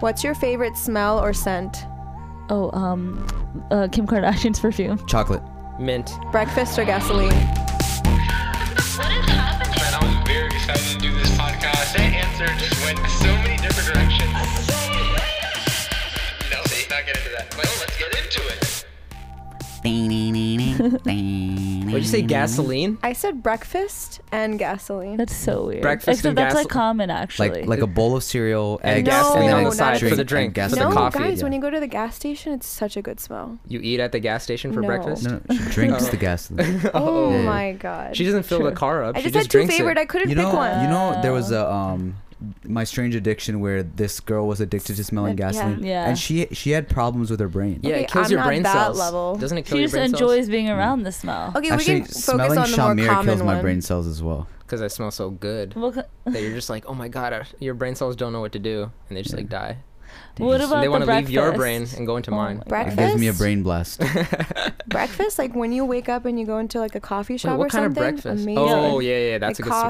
What's your favorite smell or scent? Oh, um, uh, Kim Kardashian's perfume. Chocolate. Mint. Breakfast or gasoline? Man, I was very excited to do this podcast. That answer just went so many different directions. No, let's not get into that. Well, let's get into it. Would you Mm-hmm. say gasoline? I said breakfast and gasoline. That's so weird. Breakfast Except and that's gas- like common actually. Like like a bowl of cereal, And eggs, gasoline and on then the a side for the and drink, gas- for the no, coffee, guys, yeah. when you go to the gas station, it's such a good smell. You eat at the gas station for No. breakfast? No, no, she drinks Oh. the gasoline. Oh, Yeah. my god. She doesn't fill the True. car up. I she just, just had two drinks favorite. I it. couldn't You know, pick one. you know, there was a um, my strange addiction where this girl was addicted to smelling Yeah. gasoline, Yeah. and she she had problems with her brain. Yeah, Okay, it kills I'm your not brain that cells. level. Doesn't it kill she your just brain cells? Mm. enjoys being around the smell. Okay, we Actually, can focus smelling on the more shamir common kills my one. brain cells as well. Because I smell so good Well, c- that you're just like, oh my god, I, your brain cells don't know what to do, and they just like die. what about and they the want to breakfast? leave your brain and go into Oh mine. my God. It gives me a Breakfast? brain blast. breakfast, like when you wake up and you go into like a coffee Wait, shop what or kind something. of breakfast? Amazing. Oh yeah, yeah, like that's a good. Coffee.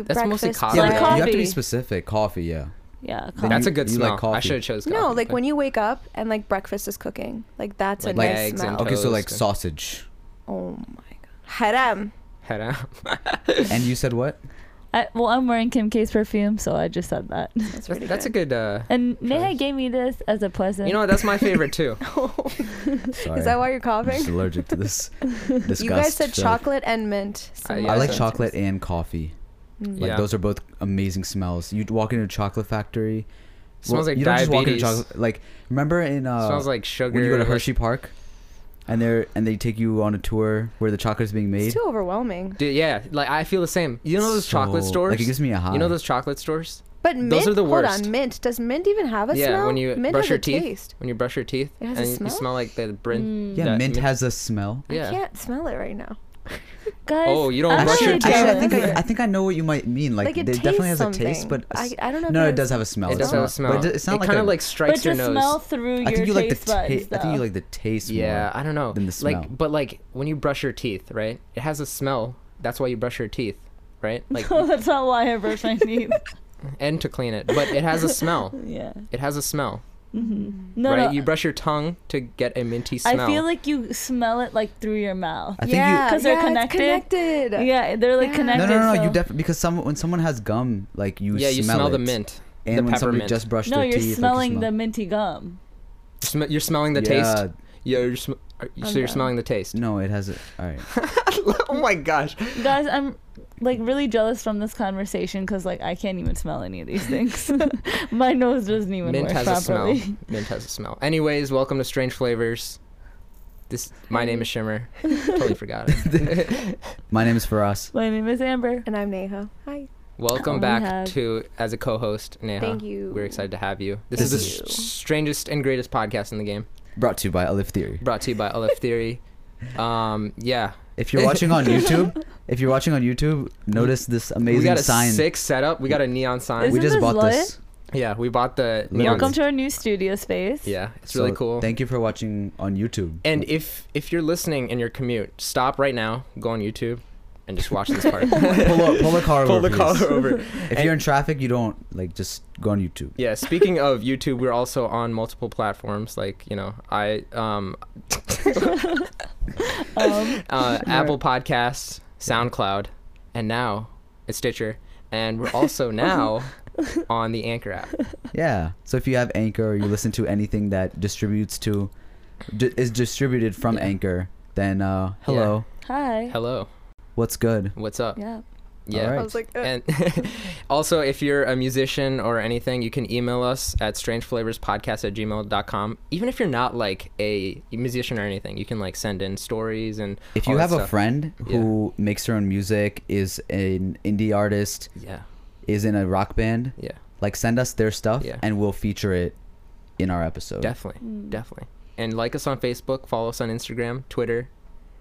coffee. That's breakfast, mostly coffee. yeah, Like but lunch. you have to be coffee. specific. Coffee, yeah. Yeah, Then coffee. That's a good you like smell. I coffee. should have chose. Coffee, No, like but- when you wake up and like breakfast is cooking, like that's Like a Like nice eggs and smell. Okay, so Toast like and- sausage. Oh my god, haram. head out. And you said what? I, well, I'm wearing Kim K's perfume, so I just said that. That's That's, pretty that's a good. good. Uh, And Neha Choice. gave me this as a present. you know what? That's my favorite too. Sorry. is that why you're I'm just coughing? allergic to this. Disgust. uh, You guys said So- chocolate and mint. I I Yeah, like so- chocolate and coffee. Mm. Like yeah. those are both amazing smells. You walk into a chocolate factory. Smells like you don't diabetes. Just walk into chocolate. Like remember in uh, smells like sugar. when you go to like- Hershey Park, and they are and they take you on a tour where the chocolate is being It's made. too overwhelming. Dude, yeah, like I feel the same. You know those chocolate So- stores? Like it gives me a high. you know those chocolate stores? But mint, are the hold worst. on, mint. Does mint even have a yeah, smell? when you mint brush has your a teeth, taste. when you brush your teeth, It has a and you smell? Hmm. smell like the brin. Yeah, that mint has a smell. I Yeah. can't smell it right now. guys. Oh, you don't I'm brush really your Actually, teeth? jealous. actually, I think I, I think I know what you might mean. Like, Like, it it definitely has tastes a taste, but something. a s- I- I don't know if No, it it does has- have a smell. It does have a not- smell. But it does- it's not it like kind a- of like but strikes to your nose. smell through your I think you like the taste ta- I buds. think though. you like the taste. yeah, more. I don't know. than the smell. Like, but like when you brush your teeth, right? It has a smell. That's why you brush your teeth, right? Like, No, that's not why I brush my teeth. and to clean it, but it has a smell. yeah. Mm-hmm. It has a smell, Mm-hmm. No, right? no. You brush your tongue to get a minty smell. I feel like you smell it like through your mouth. I think yeah, you. 'Cause they're yeah, it's connected. connected. Yeah, they're like Yeah. No, No, connected. no, no, no. You uh, so- definitely because some when someone has gum, like you. yeah, you smell, the it. mint. And the when somebody peppermint. just brushed No, their you're teeth, like, you smelling smell- the minty gum. Sm- You're smelling the Yeah, taste. Yeah, you're sm- are- so you're done. smelling the taste. No, it has. A, all right. oh my gosh. Guys, I'm like really jealous from this conversation because like I can't even smell any of these things. my nose doesn't even Mint work has a smell. properly. Mint has a smell. Anyways, welcome to Strange Flavors. This my name is Shimmer. totally forgot it. My name is Faraz. My name is Amber. And I'm Neha. Hi. welcome Oh, we back have- to as a co-host, Neha. Thank you. We're excited to have you. This This is the s- strangest and greatest podcast in the game. Brought to you by Olive Theory. Brought to you by Aleph Theory. Um, yeah, If you're watching on YouTube, if you're watching on YouTube, notice this amazing we got a sign. sick setup. We got a neon sign. we Isn't just this bought lit? this. yeah, we bought the Literally. neon. Welcome to our new studio space. yeah, it's really So cool. Thank you for watching on YouTube. And if if you're listening in your commute, stop right now, go on YouTube, and just watch this part. pull, up, pull the car Pull over. the please. collar over. If you're in traffic, you don't like just go on YouTube. Yeah. Speaking of YouTube, we're also on multiple platforms. Like you know, I um, Um, uh, Apple Podcasts, SoundCloud, and now it's Stitcher, and we're also now on the Anchor app. Yeah. So if you have Anchor or you listen to anything that distributes to, di- is distributed from Yeah. Anchor, then uh, hello, hi. Hello, what's good? what's up? Yeah. Yeah. All I right. was like, uh, And also, if you're a musician or anything, you can email us at strangeflavorspodcast at gmail.com. Even if you're not like a musician or anything, you can like send in stories and. If all you that have a stuff. friend who makes their own music, is an indie artist, Yeah. is in a rock band, Yeah. like send us their stuff Yeah. and we'll feature it in our episode. Definitely. Definitely. And like us on Facebook, follow us on Instagram, Twitter,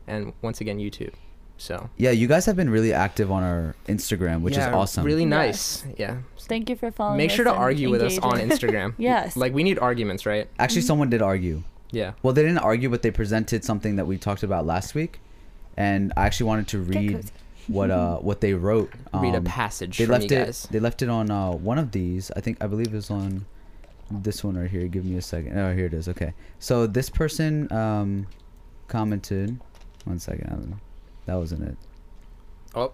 and once again, YouTube. So. yeah, you guys have been really active on our Instagram, which is awesome. Really Yes. nice. Yeah. Thank you for following. Make us sure to and argue with us on engaging. Instagram. Yes. Like, we need arguments, right? Actually, someone did argue. Yeah. Well, they didn't argue, but they presented something that we talked about last week, and I actually wanted to read cozy. what uh what they wrote. Read a Um, passage They from left you it. guys. They left it on uh, one of these. I think I believe it was on this one right here. Give me a second. Oh, here it is. Okay. So this person um, commented. One second. I don't know. That wasn't it. Oh,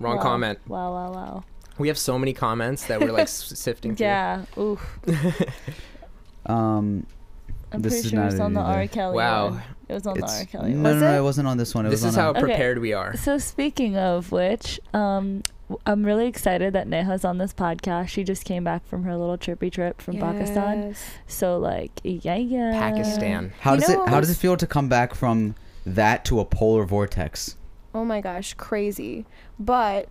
wrong Wow. comment. Wow, wow, wow. We have so many comments that we're like s- sifting through. Yeah. Oof. Um, I'm This pretty is sure not it's it on the either. R. Kelly. Wow. one. It was on the it's- R. no, Kelly. one. no, Was no, it? it wasn't on this one. It This was is on uh, how a- Okay. prepared we are. So speaking of which, um, w- I'm really excited that Neha's on this podcast. She just came back from her little trippy trip from Pakistan. Yes. So like, yeah, yeah. Pakistan. How You does know it? what How does it was- feel to come back from that to a polar vortex? Oh my gosh, crazy. But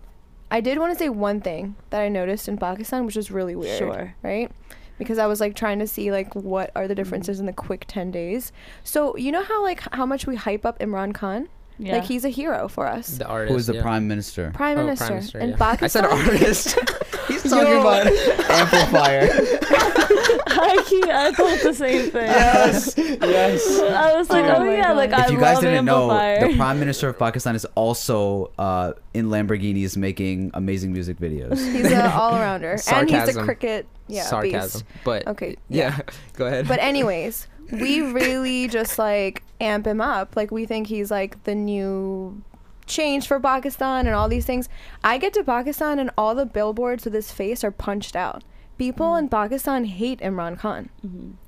I did want to say one thing that I noticed in Pakistan, which was really weird. Sure. Mm-hmm. Right? Because I was like trying to see like what are the differences in the quick 10 days. So, you know how like how much we hype up Imran Khan? Yeah. Like he's a hero for us. The artist. Who is the yeah. prime minister? Prime, Oh, Minister. Minister, in yeah. I Pakistan. said artist. He's talking Yo. about amplifier. I, keep, I thought the same thing. yes. I was like, Oh oh, my yeah, like God. I If you love guys didn't know, amplifier. the prime minister of Pakistan is also uh, in Lamborghinis making amazing music videos. He's an all-arounder and he's a Sarcasm. cricket yeah, Sarcasm. beast. But Okay, Yeah. Go ahead. But anyways, we really just like amp him up. Like we think he's like the new change for Pakistan and all these things. I get to Pakistan and all the billboards with his face are punched out. People in Pakistan hate Imran Khan.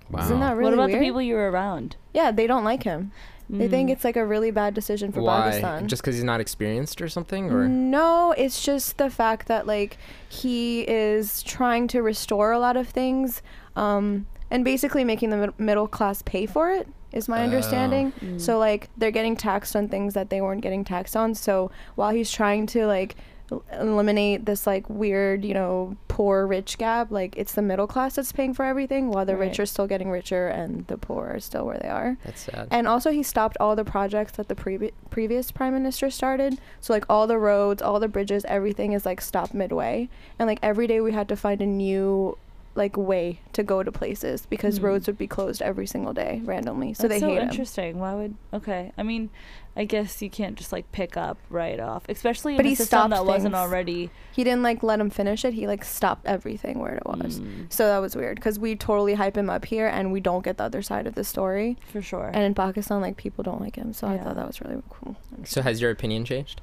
wow. Isn't that really Mm. what about weird? the people Mm. you were around? Yeah, they don't like him. They think it's like a really bad decision for Why? Pakistan. Just because he's not experienced or something, or Mm. No, it's just the fact that like he is trying to restore a lot of things, um, and basically making the mid- middle class pay for it is my Oh. understanding. So like they're getting taxed on things that they weren't getting taxed on. So while he's trying to like el- eliminate this like weird you know poor rich gap like it's the middle class that's paying for everything while the rich Right. are still getting richer and the poor are still where they are that's sad. and also, he stopped all the projects that the previ- previous prime minister started. So, like, all the roads, all the bridges, everything is like stopped midway. And, like, every day we had to find a new, like, way to go to places because roads would be closed every single day randomly. So, Hmm. That's they so hate him. interesting. Why would okay? I mean, I guess you can't just like pick up right off, especially But in he a system stopped that wasn't things. already. He didn't, like, let him finish it. He, like, stopped everything where it was. Hmm. So, that was weird because we totally hype him up here and we don't get the other side of the story. For sure. And in Pakistan, like, people don't like him. So, I Yeah. thought that was really cool. so has your opinion changed?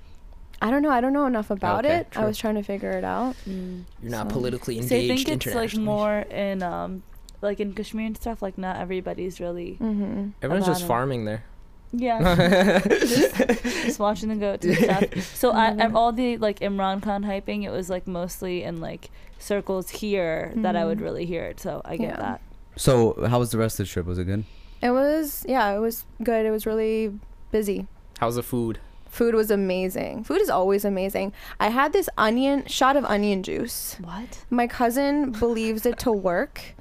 I don't know. I don't know enough about Okay, it. I true. was trying to figure it out. Mm. You're not So- politically so I think engaged it's like internationally. more in um, like in Kashmir and stuff. Like not everybody's really Mm-hmm. Everyone's just Amano. farming there. yeah. just watching the goats and stuff. So I, at all the like Imran Khan hyping, it was like mostly in like circles here that I would really hear it. So I get Mm-hmm. Yeah. that. So, how was the rest of the trip? Was it good? It was, yeah, it was good. It was really busy. How's the food? Food was amazing. Food is always amazing. I had this onion shot of onion juice. What? My cousin believes it to work,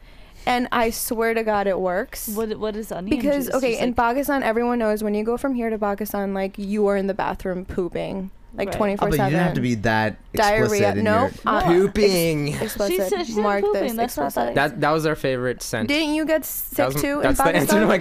and I swear to God, it works. What? What is onion? because juice? okay, Just, in like- Pakistan, everyone knows when you go from here to Pakistan, like you are in the bathroom pooping like Right. twenty Oh, four but you seven. didn't have to be that diarrhea. explicit in No, your- uh, Pooping. explicit. She said- she said Mark this. pooping. That's not explicit. that- That that was our favorite scent. Didn't you get that sick was, too in That's the Pakistan? answer to my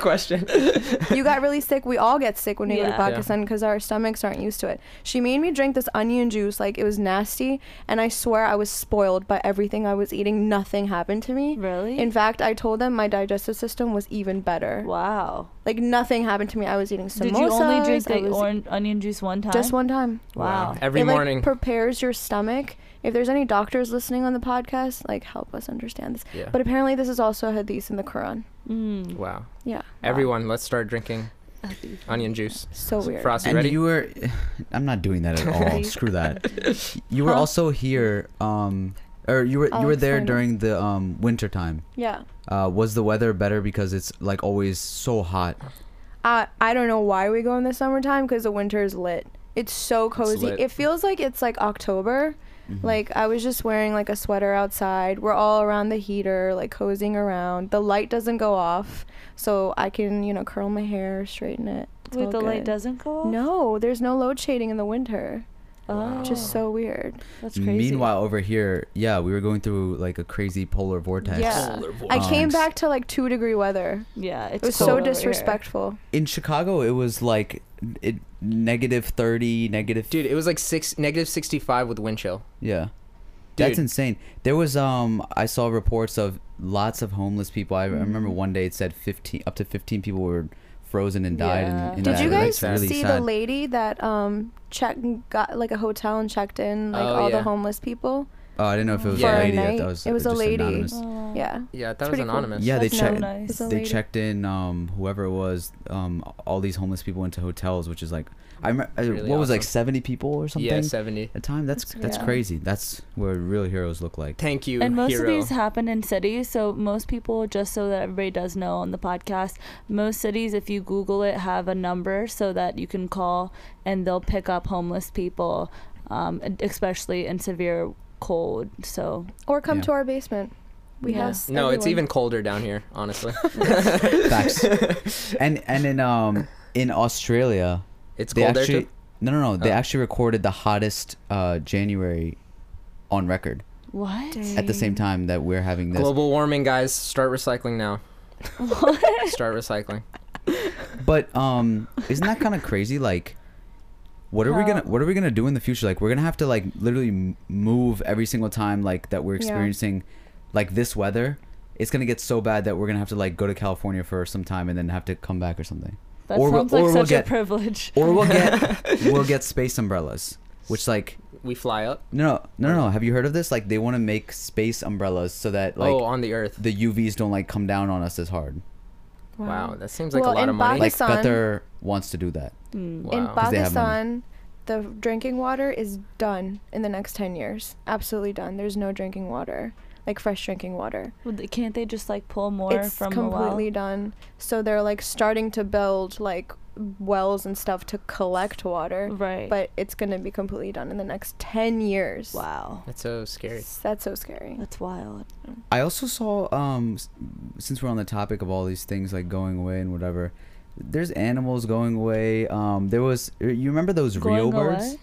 question. you got really sick. We all get sick when we go to Yeah. Yeah. Pakistan because our stomachs aren't used to it. She made me drink this onion juice, like it was nasty, and I swear I was spoiled by everything I was eating. Nothing happened to me. Really? In fact, I told them my digestive system was even better. Wow. Like nothing happened to me. I was eating samosas. Did you only drink I the was- orange onion juice one time? just one time? Wow. Every it morning. like prepares your stomach. If there's any doctors listening on the podcast, like help us understand this. Yeah. But apparently, this is also a hadith in the Quran. Mm. wow. Yeah, Everyone, let's start drinking onion juice. so weird. Frosty, and ready? you were, I'm not doing that at all. Screw that. You were Huh? Oh, also here, um, or you were you I'll were there explain it. during the um winter time. yeah. Uh, was the weather better because it's like always so hot? I I don't know why we go in the summertime because the winter is lit. It's so cozy. lit. it feels like it's like October. Like I was just wearing like a sweater outside. We're all around the heater, like cozying around. The light doesn't go off, so I can you know curl my hair, straighten it. It's Wait, all the good. light doesn't go off? No, there's no load shading in the winter. Oh, Which is so weird. that's crazy. Meanwhile, over here, yeah, we were going through like a crazy polar vortex. Yeah, Polar I came vortex. back to like two degree weather. yeah, it's It was cold so over here. disrespectful. In Chicago, it was like it, negative thirty, negative. Dude, it was like six negative sixty five with wind chill. Yeah. Dude. That's insane. There was um I saw reports of lots of homeless people. Mm. I, I remember one day it said 15, up to 15 people were frozen and died. Yeah. In, in Did that. you That's guys really see the sad. lady that um check got like a hotel and checked in like Oh, all yeah. the homeless people? Oh, I didn't know if it was For a a lady. I night? thought it was, It was a just lady. anonymous. Oh. Yeah. Yeah, that It's was pretty cool. anonymous. Yeah, they That's check- So nice. It's a they lady. checked in um, whoever it was um, all these homeless people into hotels which is like i remember really what was like awesome. 70 people or something Yeah, 70. at a time that's That's- that's yeah. crazy that's what real heroes look like Thank you, and most hero. of these happen in cities so most people just so that everybody does know on the podcast most cities if you google it have a number so that you can call and they'll pick up homeless people um, and especially in severe cold so Or come Yeah. to our basement. We Yeah. have no, it's even everyone. colder down here, honestly. facts and and in um in australia It's they cold there actually too. no no no they Oh. actually recorded the hottest uh january on record what at the same time that we're having this Global warming, guys. Start recycling now. What? Start recycling. But um, isn't that kind of crazy? Like, what are we Well- gonna What are we gonna do in the future? Like, we're gonna have to like literally m- move every single time like that we're Yeah. experiencing, like this weather. It's gonna get so bad that we're gonna have to like go to California for some time and then have to come back or something. that Or we'll- sounds or like we'll such get- a privilege Or we'll get we'll get space umbrellas, which like We fly up. no no no no. Have you heard of this? Like they want to make space umbrellas so that like oh, on the Earth. the UVs don't like come down on us as hard. Wow, that seems like Well, a lot in of money. Like Pakistan- Qatar wants to do that. Hmm. In Wow. 'Cause they have Pakistan, the drinking water is done in the next 10 years. Absolutely done. There's no drinking water, like fresh drinking water. Well, th- can't they just like pull more it's from completely a well? done. So they're like starting to build like wells and stuff to collect water, right but it's going to be completely done in the next 10 years. wow That's so scary. That's so scary. that's wild I also saw um s- since we're on the topic of all these things like going away and whatever there's animals going away um there was you remember those Going Rio birds away?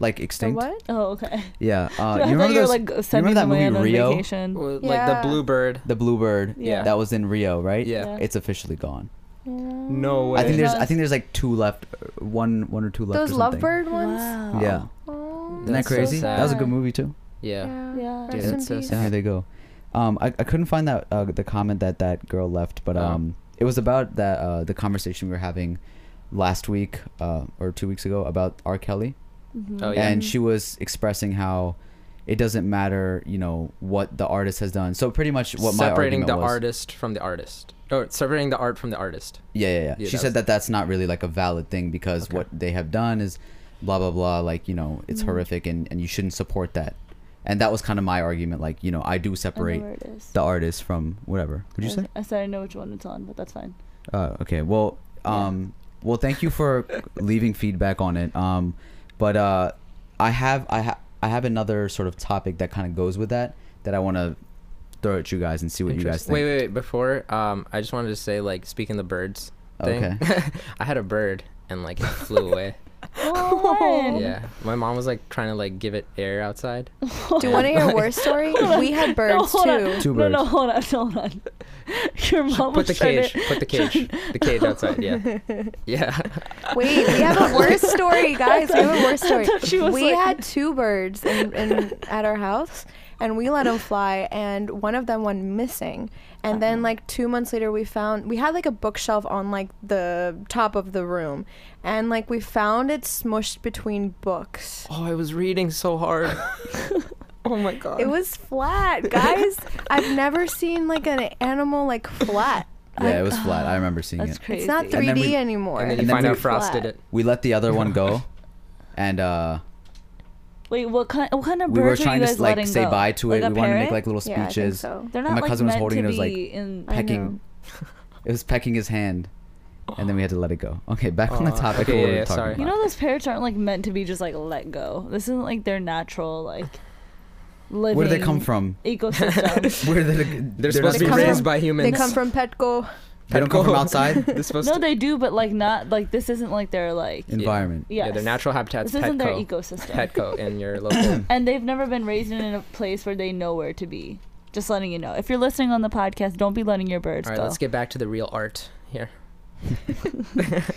like The extinct what? oh okay yeah uh, I thought you remember you were those like sending that them away movie on Rio? vacation Well, Like Yeah. the bluebird. the bluebird Yeah. that was in Rio right Yeah. Yeah. it's officially gone No I think way. there's Those- I think there's like two left uh, one one or two left Those or something. lovebird ones? Wow. yeah Oh, isn't that That's so crazy that was a good sad. movie too Yeah. Yeah. Rest Dude, in that's so peace. Yeah, they go. Um, I, I couldn't find that uh, the comment that that girl left, but Oh. um, it was about that uh, the conversation we were having last week uh, or two weeks ago about R. Kelly, Mhm. Oh, yeah. and she was expressing how it doesn't matter, you know, what the artist has done. So pretty much what my separating argument the was. artist from the artist. Oh, separating the art from the artist. Yeah, yeah, yeah. Yeah, she that was- said that that's not really like a valid thing because Okay. what they have done is blah blah blah like, you know, Mm-hmm. it's horrific and and you shouldn't support that. And that was kind of my argument like, you know, I do I know separate where it is. the artist from whatever. Would you I- say? I said I know which one it's on, but that's fine. Uh, okay. Well, um, well, thank you for leaving feedback on it. Um, but uh, I have I ha- I have another sort of topic that kind of goes with that that I want to throw at you guys and see what you guys Interesting. think. Wait, wait, wait. Before, um, I just wanted to say, like, speaking of the birds thing, I had a bird and like it flew away. Oh, yeah, my mom was like trying to like give it air outside. Do you want to hear a worst story? we had birds hold on. too. Two no, no, birds. hold on, hold on. Your mom Put was the trying cage. to- Put the cage. The cage outside. Yeah. Yeah. Wait, we have a worse story, guys. We have a worse I story. thought she was we like- had two birds in, in, at our house, and we let them fly, and one of them went missing. And then, Uh-huh. like two months later, we found we had like a bookshelf on like the top of the room, and like we found it smushed between books. Oh, I was reading so hard. oh my god. It was flat, guys. I've never seen like an animal like flat. yeah, it was flat. I remember seeing That's it. crazy. It's not then 3D we- anymore. and then you And then find we- out Frost did Flat. it. We let the other one go, and uh, Wait, what kind? What kind of we birds were are trying you to guys s- like letting say go? bye to Like it. a we wanted to make parrot? like little Yeah, I think speeches. so. They're and not my like cousin was meant holding to it, it was like- be in. I pecking- know. It was pecking his hand, and then we had to let it go. Okay, back on the Aw, topic. okay, of what yeah, we were yeah, talking sorry. about. You know, those parrots aren't like meant to be just like let go. This isn't like their natural like living. where do they come from? Ecosystem. Where do they, They're, not supposed to be come raised from- by humans. They come from Petco. They don't come from Petco. outside. They're supposed no, to. they do, but like not like this isn't like their like. Environment. Yeah, their yes. natural habitats. This isn't their Petco. ecosystem. Petco in your local. And they've never been raised in a place where they know where to be. Just letting you know. If you're listening on the podcast, don't be letting your birds All right, go. let's get back to the real art here.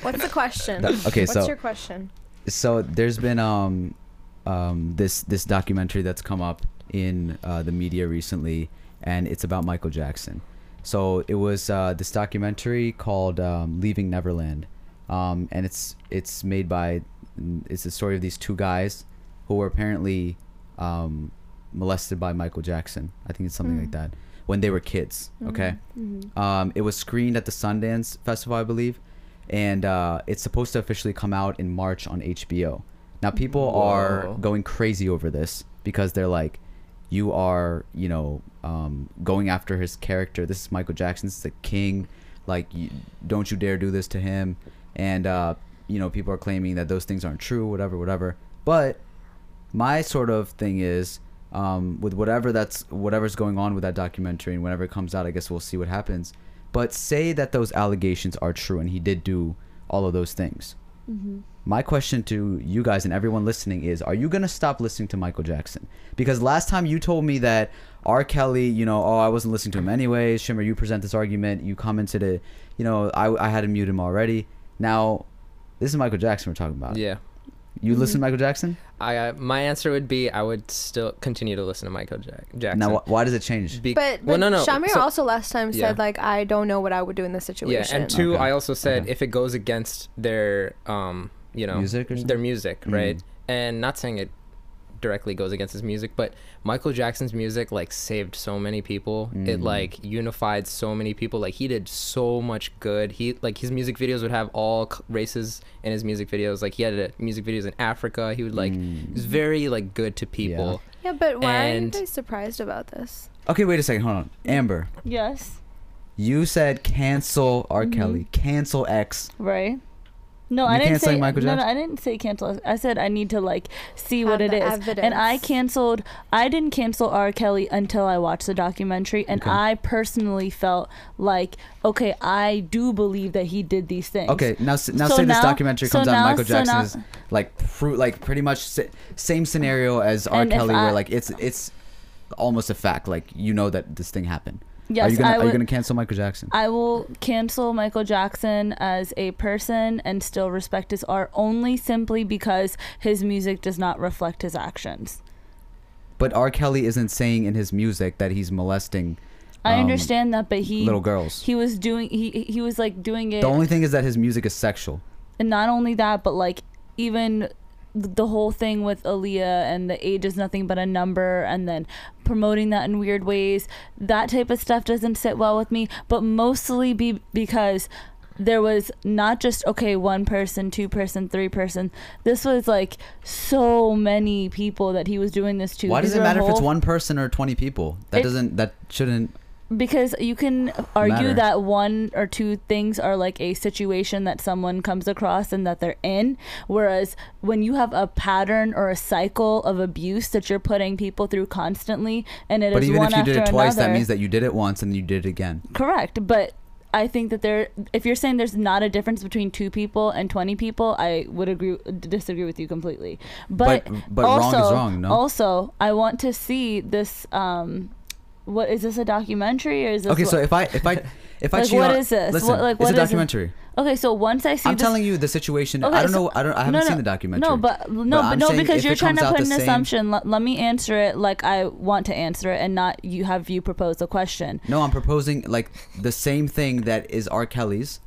What's the question? That- okay, What's so- your question? so there's been um um this this documentary that's come up in uh, the media recently and it's about Michael Jackson. So it was uh, this documentary called um, Leaving Neverland, um, and it's it's made by it's the story of these two guys who were apparently um, molested by Michael Jackson. I think it's something like that when they were kids. Okay. Um, it was screened at the Sundance Festival, I believe, and uh, it's supposed to officially come out in March on HBO. Now people are Whoa. going crazy over this because they're like, "You are, you know, um, going after his character. This is Michael Jackson. This is the king. Like, you, don't you dare do this to him." And uh, you know, people are claiming that those things aren't true, whatever, whatever. But my sort of thing is um, with whatever that's whatever's going on with that documentary and whenever it comes out i guess we'll see what happens but say that those allegations are true and he did do all of those things my question to you guys and everyone listening is are you going to stop listening to michael jackson because last time you told me that r kelly you know oh i wasn't listening to him anyways shimmer you present this argument you commented it you know i, I had to mute him already now this is michael jackson we're talking about Yeah. you listen to michael jackson I uh, my answer would be I would still continue to listen to Michael Jack- Jackson. now wh- why does it change Be- But, but well, no, no. Shamir so- also last time said Yeah. like I don't know what I would do in this yeah, situation. and two, Okay. I also said Okay. if it goes against their um, you know, Music or their something? Mm. music, right? And not saying it directly goes against his music, but Michael Jackson's music like saved so many people. Mm. It like unified so many people. Like he did so much good. He like his music videos would have all c- races in his music videos. Like he had uh music videos in Africa. He would like Mm. he was very like good to people. yeah, but why are you and- guys surprised about this? Okay, wait a second. Hold on. Amber, Yes. you said cancel R. Kelly, cancel X. Right. No, You I didn't can't say say Michael no, no, Jackson? I didn't say cancel. I said I need to like see Have what it the is. And I evidence. canceled. I didn't cancel R. Kelly until I watched the documentary, and Okay. I personally felt like, okay, I do believe that he did these things. Okay, now s- now So say this now- documentary so comes out. and now- Michael so Jackson now- is like pru- like pretty much sa- same scenario as R. And if Kelly, where I- like it's it's almost a fact. Like you know that this thing happened. are Yes, you gonna I are you would- gonna cancel Michael Jackson? I will cancel Michael Jackson as a person and still respect his art only simply because his music does not reflect his actions. but R. Kelly isn't saying in his music that he's molesting. I um, understand that, but he little girls. He was doing he he was like doing it The only thing is that his music is sexual. and not only that, but like even th- the whole thing with Aaliyah and the age is nothing but a number, and then promoting that in weird ways. That type of stuff doesn't sit well with me, but mostly be because there was not just okay one person two person three person this was like so many people that he was doing this to Why does These it were matter if it's whole- one person or twenty people? That It- doesn't. That shouldn't. because you can argue Matter. that one or two things are like a situation that someone comes across and that they're in whereas when you have a pattern or a cycle of abuse that you're putting people through constantly and it is But even one if you after did it twice, another that means that you did it once and you did it again. correct but I think that there if you're saying there's not a difference between two people and 20 people I would agree disagree with you completely but But- but wrong is also wrong, no? also I want to see this um what is this a documentary or is this Okay, what- so if I if I if I Like, cheat what on- is this? Listen, What- like, what it's is a this? documentary. Okay, so once I see I'm this, telling you the situation. Okay, I don't so- know. I don't. I haven't no, seen no, the documentary. No, but no, but, I'm no, saying because if you're it trying to comes out put an the same- assumption. Let, let me answer it like I want to answer it, and not you have you propose a question. No, I'm proposing like the same thing that is R. Kelly's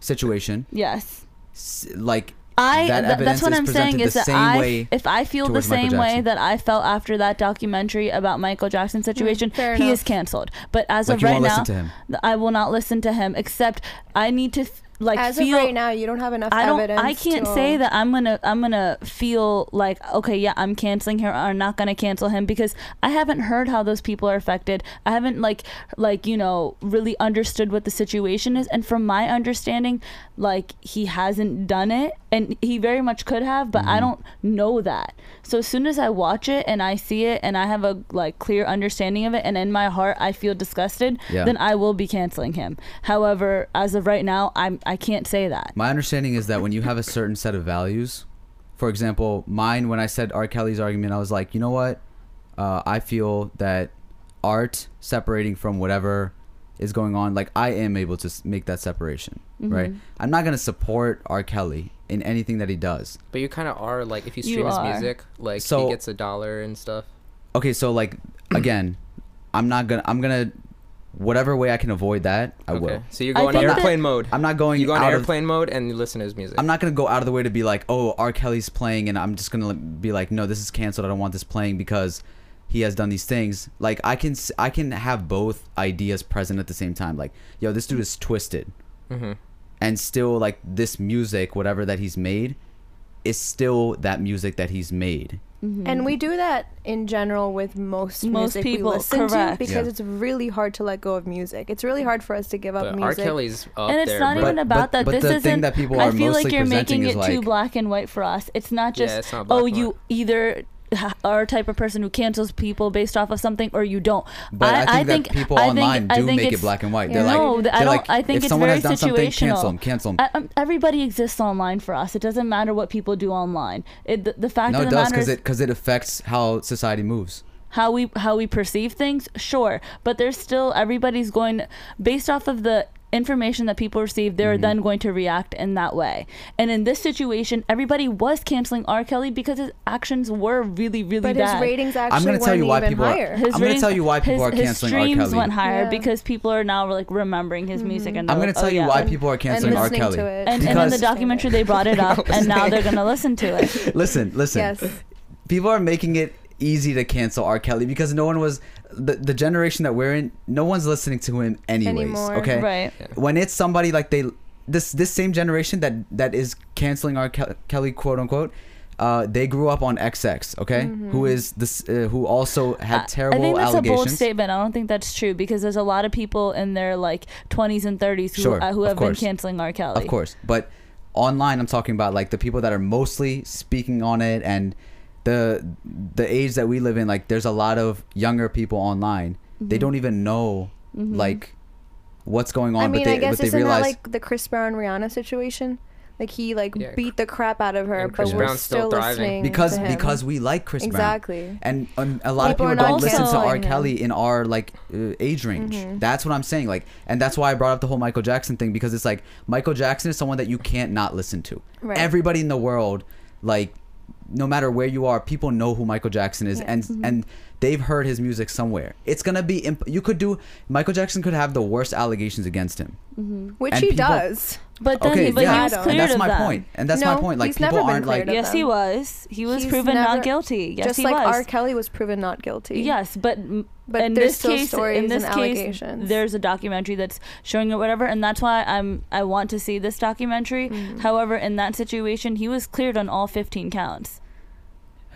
situation. Yes, S- Like Mm-hmm. I. That tha- evidence that's what is I'm presented saying the is that same I, way if I feel the towards Michael same way Jackson. that I felt after that documentary about Michael Jackson's situation, Mm, fair he enough. is canceled. But as Like, of you right won't now, listen to him. th- I will not listen to him. Except I need to f- like As feel of right now, you don't have enough I don't. evidence. I can't to- say that I'm gonna. I'm gonna feel like okay, yeah, I'm canceling him. Or I'm not gonna cancel him because I haven't heard how those people are affected. I haven't like, like you know, really understood what the situation is. And from my understanding, like he hasn't done it, and he very much could have, but I don't know that. So as soon as I watch it and I see it and I have a like clear understanding of it, and in my heart I feel disgusted, Yeah. then I will be canceling him. However, as of right now, I'm. I can't say that. my understanding is that when you have a certain set of values, for example, mine when I said R. Kelly's argument, I was like, you know what? Uh, I feel that art separating from whatever is going on, like I am able to s- make that separation, Mm-hmm. right? I'm not gonna support R. Kelly in anything that he does. But you kind of are like if you You stream his are. music, like So- he gets a dollar and stuff. okay so like again I'm not gonna. I'm gonna. Whatever way I can avoid that, I will. So you're I going think that- airplane mode. I'm not going. you go on out of- airplane mode and you listen to his music. I'm not gonna go out of the way to be like, oh, R. Kelly's playing, and I'm just gonna be like, no, this is canceled. I don't want this playing because he has done these things. Like I can, s- I can have both ideas present at the same time. Like, yo, this dude is twisted, Mhm. and still like this music, whatever that he's made, is still that music that he's made. And we do that in general with most, Mm. Most music people, we listen to correct. because Yeah. it's really hard to let go of music. It's really hard for us to give up but R. music. Kelly's up and it's there. not bro. even But- about but- that. but this the isn't. thing that people I are feel like mostly you're making presenting it is too like- black and white for us. It's not Yeah, just it's not black oh, and you white. either ha- are a type of person who cancels people based off of something or you don't. But I, think that people I think- online I do think make it it's- black and white. Yeah. They're like, no, th- I they're don't. like, I think if it's someone very has done something, situational. cancel them, cancel them. I, um, everybody exists online for us. It doesn't matter what people do online. It, the, the fact No, of it the matter does because is it because it affects how society moves. how we how we perceive things sure but there's still everybody's going based off of the information that people receive they're Mm-hmm. then going to react in that way and in this situation everybody was canceling r kelly because his actions were really really but bad his ratings actually I'm gonna went tell you why even people are- higher. I'm gonna ratings- tell you why people his- are canceling R. His streams Kelly. went higher Yeah. Mm-hmm. because people are now like remembering his music, and they're I'm gonna like, tell oh, you yeah. why And- people are canceling and R. listening Kelly. to it. And, and in the Because- documentary, they brought it up, and now they're gonna listen to it. Listen, listen. Yes. People are making it easy to cancel R. Kelly because no one was the, the generation that we're in. No one's listening to him anyways. Anymore. Okay, Right. When it's somebody like they this this same generation that that is canceling R. Kel- Kelly, quote unquote. Uh, they grew up on XX, okay? Who is this? Uh, who also Mm-hmm. I- had terrible I think that's a bold allegations. statement. I don't think that's true because there's a lot of people in their like 20s and 30s who, Sure, uh, who of have been course. canceling R. Kelly. Of course, but online, I'm talking about like the people that are mostly speaking on it, and the the age that we live in. Like, there's a lot of younger people online. They Mm-hmm. don't even know like what's going on, I mean, but they I guess but they isn't realize that like the Chris Brown Rihanna situation? Like he like Yeah, beat the crap out of her, and but Chris we're Brown's still still, thriving. listening because to him. because we like Chris exactly. Brown. And um, a lot People are of not Mm-hmm. people don't listen to canceling R. him. Kelly in our like uh, age range. That's what I'm saying. Like, and that's why I brought up the whole Michael Jackson thing because it's like Michael Jackson is someone that you can't not listen to. Right. Everybody in the world, like, no matter where you are, people know who Michael Jackson is, and Mm-hmm. and they've heard his music somewhere. It's gonna be imp- you could do Michael Jackson could have the worst allegations against him. Which and he people- does. But then okay, he, but yeah, he was Adam. cleared and that's of my them. point, and that's No, my point. Like he's never people been aren't cleared like of Yes, he them. was. He was He's proven never- not guilty. Yes, Just he like was. R. Kelly was proven not guilty. Yes, but m- But in there's this still case, in stories this and case, allegations. there's a documentary that's showing it, whatever, and that's why I'm I want to see this documentary. Mm. However, in that situation, he was cleared on all 15 counts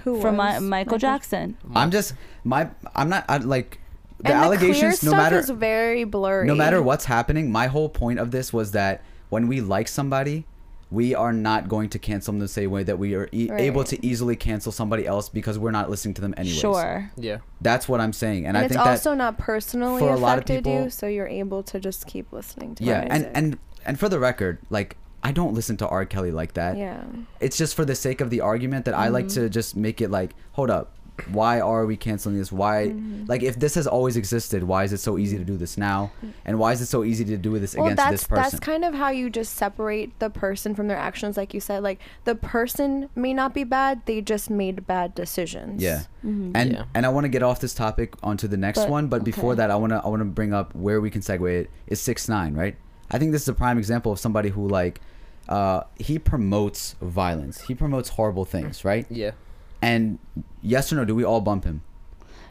Who from was? Mi- Michael Jackson. I'm just my I'm not I, like the and the clear allegations. no stuff matter is very blurry. no matter what's happening my whole point of this was that when we like somebody we are not going to cancel them the same way that we are e- Right. able to easily cancel somebody else because we're not listening to them anyways Sure. yeah. that's what i'm saying and, and i it's think that also not personally for a lot of affected you, people- so you're able to just keep listening to yeah him. and and and for the record like i don't listen to r kelly like that yeah, it's just for the sake of the argument that I like Mm-hmm. to just make it like, hold up, why are we canceling this? Why, Mm-hmm. like, if this has always existed, why is it so easy to do this now? Mm-hmm. And why is it so easy to do this well, against that's this person? that's kind of how you just separate the person from their actions, like you said. Like the person may not be bad; they just made bad decisions. yeah, and Yeah. and I want to get off this topic onto the next Mm-hmm. But- one, but before okay. that, I want to I want to bring up where we can segue it is six nine, right? I think this is a prime example of somebody who like, uh, he promotes violence, he promotes horrible things, right? Yeah. And yes or no, do we all bump him?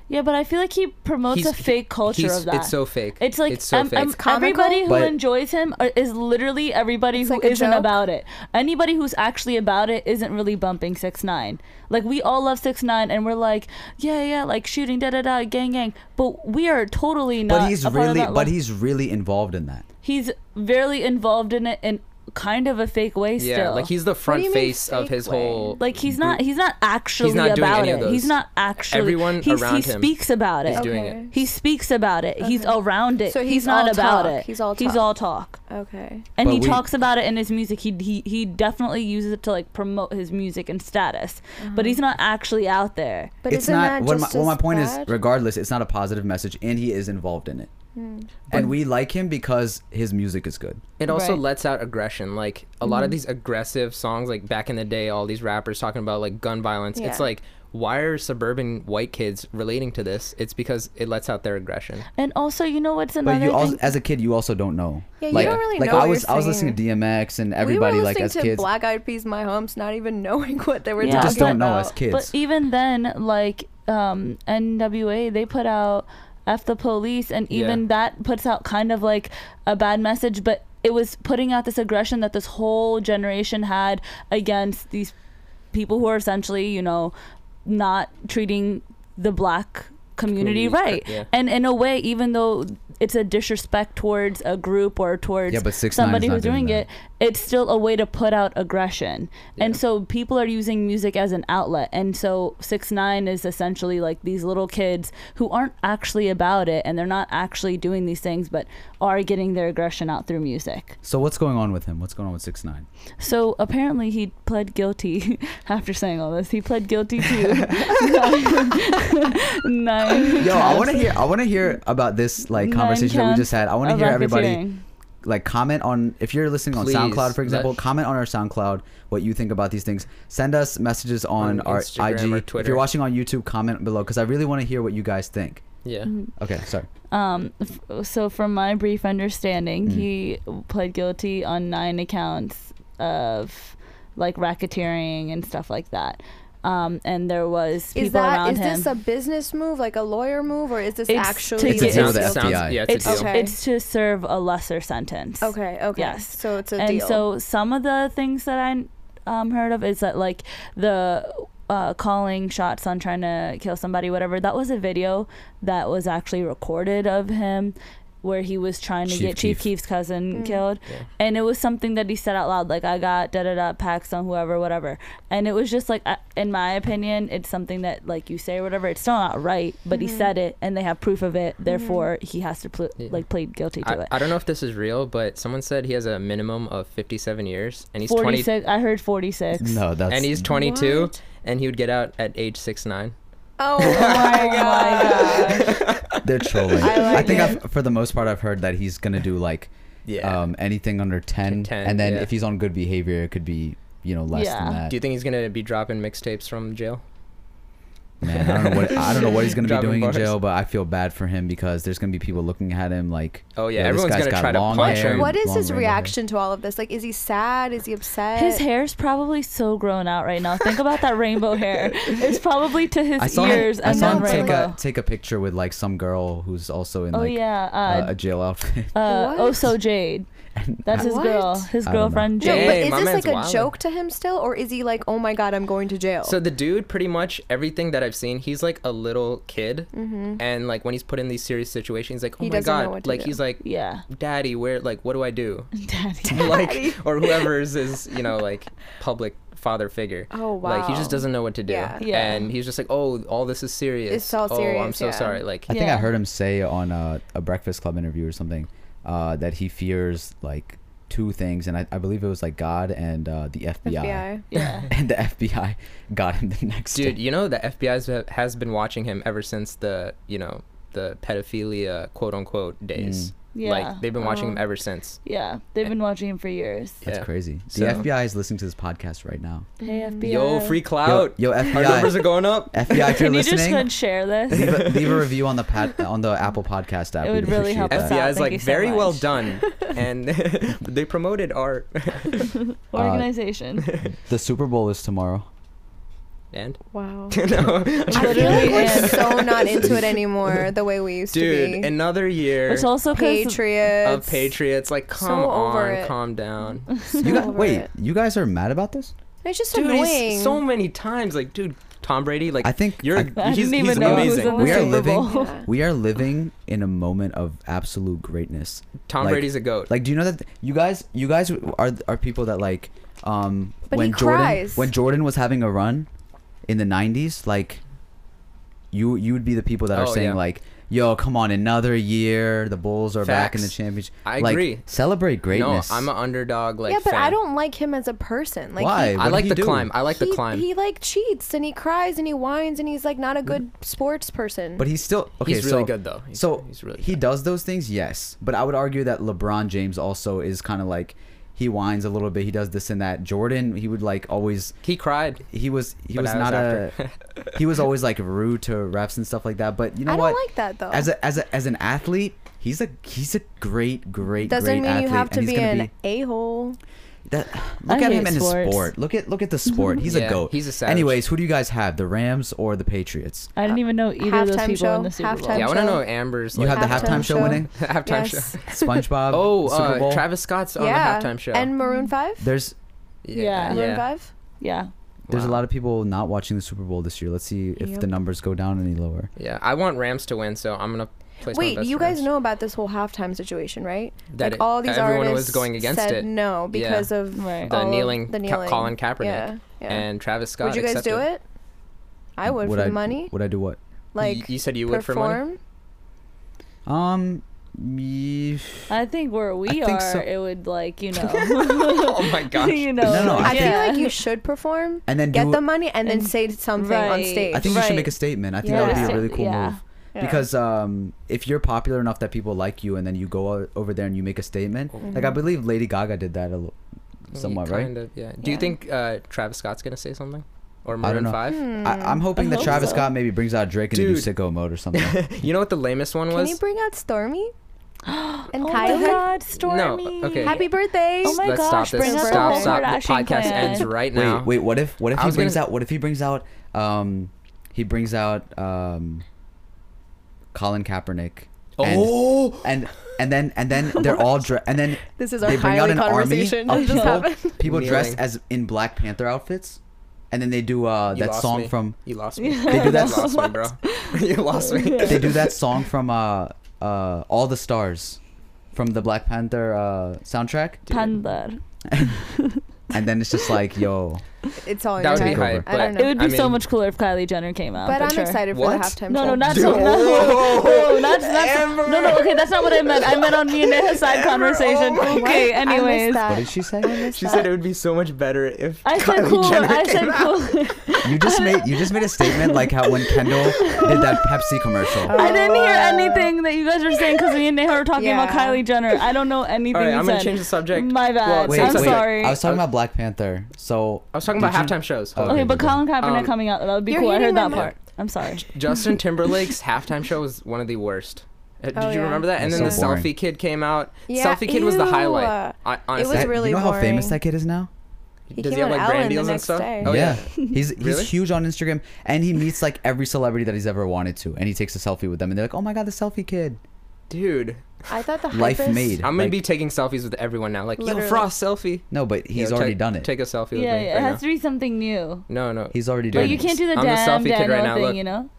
Yeah, but I feel like he promotes He's- a fake culture he's- of that. It's so fake. It's like it's so um, fake. um, comical, everybody who but- enjoys him are- is literally everybody It's who like a not joke. about it. Anybody who's actually about it isn't really bumping six nine. Like we all love six nine, and we're like, yeah, yeah, like shooting, da da da, gang, gang. But we are totally not. But he's Uh, a part of really, that love. but he's really involved in that. he's very involved in it in kind of a fake way. yeah, still. like he's the do front you mean face of fake his way? whole Like he's not he's not actually not doing about any it. of those. He's not actually Everyone he's, around he him speaks about it. is doing Okay. it. He speaks about it. He's Okay. around it. So he's, he's not all about talk. it. He's all He's talk. all talk. Okay. And But he we- talks about it in his music. He he he definitely uses it to like promote his music and status. Mm-hmm. But he's not actually out there. But it's isn't not that what my, just what my as point bad? is regardless it's not a positive message and he is involved in it Hmm. and we like him because his music is good It also Right. Mm-hmm. lets out aggression. Like a lot of these aggressive songs, like back in the day, all these rappers talking about like gun violence. It's Yeah. like why are suburban white kids relating to this? It's because it lets out their aggression. And also, you know what's another But you also, thing? as a kid, you also don't know. Yeah, you like, don't really like know I what was, you're I was seeing. listening to DMX and everybody, we were like listening as to kids. Black Eyed Peas, My Humps, not even knowing what they were Yeah. talking We just don't know about. as kids. But even then, like um, NWA, they put out F the Police, and even Yeah. that puts out kind of like a bad message, but it was putting out this aggression that this whole generation had against these people who are essentially, you know, not treating the black community Communities, right. yeah. And in a way, even though it's a disrespect towards a group or towards Yeah, but 6ix9ine is somebody not who's doing doing that. it, it's still a way to put out aggression. And Yeah. so people are using music as an outlet. And so six nine is essentially like these little kids who aren't actually about it and they're not actually doing these things, but are getting their aggression out through music. so what's going on with him? What's going on with Six Nine? So apparently he pled guilty after saying all this. He pled guilty to nine. nine Yo, I counts- want to hear. I want to hear about this like nine conversation that we counts just had. I want to of hear everybody racketeering. like comment on if you're listening Please, on SoundCloud, for example, let- comment on our SoundCloud what you think about these things. Send us messages on, On our Instagram IG. or If Twitter. you're watching on YouTube, comment below because I really want to hear what you guys think. Yeah. Mm-hmm. Okay, sorry. Um, f- so from my brief understanding, Hmm. he pled guilty on nine accounts of like racketeering and stuff like that. Um, and there was people Is that around is him. this a business move, like a lawyer move, or is this It's to actually It's a get- deal with the guilty? FBI. yeah, it's, it's, a deal. Okay. it's to serve a lesser sentence. Okay, okay. Yes. So it's a and deal. so some of the things that I um, heard of is that like the uh, calling shots on trying to kill somebody, whatever. That was a video that was actually recorded of him where he was trying to Chief get Chief Keef. Keef's Mm. cousin killed, and it was something that he said out loud, like I got da da da packs on whoever, whatever. And it was just like, I, in my opinion, it's something that like you say or whatever. It's still not right, but Mm-hmm. he said it, and they have proof of it. Therefore, he has to pl- Yeah. like plead guilty to I, it. I don't know if this is real, but someone said he has a minimum of 57 years, and he's 20, 46. I heard 46. No, that's and he's 22, What? and he would get out at age six nine. oh my god. They're trolling. I like I think it. I've, for the most part, I've heard that he's gonna do like Yeah. um, anything under 10, 10, and then yeah. if he's on good behavior, it could be you know less Yeah. than that. Do you think he's gonna be dropping mixtapes from jail? Man, I don't know what I don't know what he's gonna be Dropping doing bars. in jail, but I feel bad for him because there's gonna be people looking at him like, Oh, yeah, "Yo, this everyone's guy's gonna got try to long punch hair, him. What is long his rainbow hair." reaction to all of this? Like, is he sad? Is he upset? His hair's probably so grown out right now. Think about that rainbow hair. It's probably to his I saw ears him, I and saw then him take rainbow. a take a picture with like some girl who's also in oh like uh, a yeah, jail outfit. uh, uh, What? Oso Jade. That's his What? girl. His I don't know. girlfriend No, Jade. but Dang, is my this man's like a wildin'. joke to him still, or is he like, oh my god, I'm going to jail? So the dude, pretty much everything that I've seen, he's like a little kid, and like when he's put in these serious situations, like Mm-hmm. oh He my doesn't know god, what to like do. he's like, Yeah, daddy, where, like, what do I do? daddy. like, or whoever's is you know like public father figure. Oh, Like he wow. just doesn't know what to do, Yeah. Yeah. and he's just like, oh, all this is serious. It's all Oh, I'm serious, so yeah. sorry. Like I think Yeah. I heard him say on a, a Breakfast Club interview or something uh, that he fears like two things, and I, I believe it was like God and uh, the FBI. FBI. Yeah. And the FBI got him the next Dude, day. you know the FBI has been watching him ever since the you know the pedophilia quote unquote days. Mm. Yeah. Like they've been watching him Oh. ever since. Yeah, they've been watching him for years. That's Yeah. crazy. So- The FBI is listening to this podcast right now. Hey FBI. Yo, free clout. Yo, yo, Our FBI. numbers are going up. FBI, if you're Can you just listening, could share this? leave a, leave a review on the pat, on the Apple Podcast app. It would We'd really appreciate help us that. FBI out. is Thank you like so very well much." done, and they promoted our Uh, Organization. The Super Bowl is tomorrow. and Wow. I no, feel like Literally we're is. so not into it anymore the way we used to dude, be. another year Which also 'cause- Patriots. of Patriots. Like, come So over on, it. calm down, So You guys, over wait, it. you guys are mad about this? It's just dude. annoying. He's so many times, like, dude, Tom Brady. Like, I think- you're. I- I he's didn't he's even know who's amazing. in the We are Super living- Bowl. Yeah. We are living in a moment of absolute greatness. Tom Like- Brady's a goat. Like, do you know that you guys, you guys are are people that like, um, But when he Jordan, cries. when Jordan was having a run, in the '90s, like, you you would be the people that are Oh, saying yeah. like, "Yo, come on, another year. The Bulls are back in the Facts. championship." I like, agree. Celebrate greatness. No, I'm an underdog. Like, yeah, but I fan. don't like him as a person. Like Why? He, What I did like he the do? climb. I like he, the climb. He like cheats and he cries and he whines and he's like not a good sports person. But he's still okay. He's really so- good, though. He's- so he's really he good. does those things, yes. But I would argue that LeBron James also is kind of like he whines a little bit. He does this and that. Jordan, he would like always. He cried. He was he But was I was not after. a. he was always like rude to refs and stuff like that. But you know I what? don't like that though. As a, as a, as an athlete, he's a he's a great great Doesn't great mean athlete. you have and to he's be gonna an a hole. that, look at hate him and his sports. sport. Look at look at the sport. He's a Yeah, goat. he's a savage. Anyways, who do you guys have? The Rams or the Patriots? I didn't even know either of those halftime people in show, the Super Bowl. halftime yeah, I want to show. know Amber's. You like, have the Halftime halftime show show. winning. halftime show. SpongeBob. Oh, Super Bowl. uh, Travis Scott's on yeah. the halftime show. And Maroon Five. There's Yeah. Maroon Five. Yeah. there's a Wow. lot of people not watching the Super Bowl this year. Let's see if the Yep. numbers go down any lower. Yeah, I want Rams to win, so I'm gonna. Place my Wait, bets you for guys Rams. know about this whole halftime situation, right? That like it- all these everyone was artists going against said it. no because of Right. the all of kneeling, the Ka- kneeling. Colin Kaepernick Yeah, yeah. and Travis Scott. would you guys do accepted. it? I would, for I, the money. Would I do what? like you said you would for money? perform. Um, ye- I think where we think are, so. it would like you know. Oh my gosh! you know. No, no, I I think- feel like you should perform, Oh, and then get do. the money, and then And- say something on Right. stage. I think you should Right. make a statement. I think that Yeah. would be a really cool Yeah. move. Yeah. Because um, if you're popular enough that people like you, and then you go o- over there and you make a statement, like I believe Lady Gaga did that a little, somewhat, right? Kind of, yeah. Do you Yeah. think uh, Travis Scott's gonna say something, or I don't Maroon know. Five? I, I'm hoping I that hope Travis so. Scott maybe brings out Drake and they do Dude. sicko mode or something. You know what the lamest one Can you was? bring out Stormy and oh Kylie? my God, Stormy. okay. Happy birthday! Oh my Let's gosh, stop this. bring up the Stop! whole Stop! The Kardashian podcast clan. ends right now. wait, wait. What if what if I he was brings gonna- out what if he brings out um, he brings out um, Colin Kaepernick. and- Oh! and and then and then they're all dre- and then This is our they bring out highly an army conversation. of that just happened. people, people Kneeling. dressed as in Black Panther outfits, and then they do uh, You that lost song me. from You lost me. They do that- You lost me, bro. you lost me. they do that song from uh, uh, All the Stars from the Black Panther uh, soundtrack, Pandar. and then it's just like yo, It's all in That your would be head. hype. I don't but know. It would be I so mean- much cooler if Kylie Jenner came out. But I'm sure. excited for What? the halftime No, show. no, not Dude. so. Not, no, Whoa. not, not, no, no. Okay, that's not what I meant. I meant on me and Neha's oh side conversation. okay, I missed anyways. that. what did she say? She said it would be so much better if I said Kylie cool. Jenner I came said out. cool. You just made you just made a statement like how when Kendall did that Pepsi commercial. I didn't Oh. hear anything that you guys were saying because me and Neha were talking about Yeah. Kylie Jenner. I don't know anything. All right, you I'm said. gonna change the subject. My bad. Well, Wait, same I'm wait, subject. sorry. I was talking about Black Panther, so I was talking Did about you- halftime shows. Oh, Okay, but Okay, Colin Kaepernick Um, coming out, that would be You're cool. I hitting heard my that mic. part. I'm sorry. Justin Timberlake's halftime show was one of the worst. Uh, Did Oh, you yeah. remember that? And That's then so the boring. selfie kid came out. Yeah, selfie kid was the ew. highlight. I, honestly, was That- really you know how famous boring. that kid is now. He does he came have on like Ellen brand the deals and next stuff? day. Oh yeah. he's he's Really? huge on Instagram, and he meets like every celebrity that he's ever wanted to, and he takes a selfie with them, and they're like, "Oh my god, the selfie kid!" dude. I thought the Life hypest- made. I'm gonna Like- be taking selfies with everyone now. Like, yo, Literally. Frost selfie. No, but he's Yo, already take- done it. Take a selfie with Yeah, me. yeah, it right has now. to be something new. No, no. he's already done Like you it. can't do the I'm the damn selfie kid right Daniel now, thing, look. you know?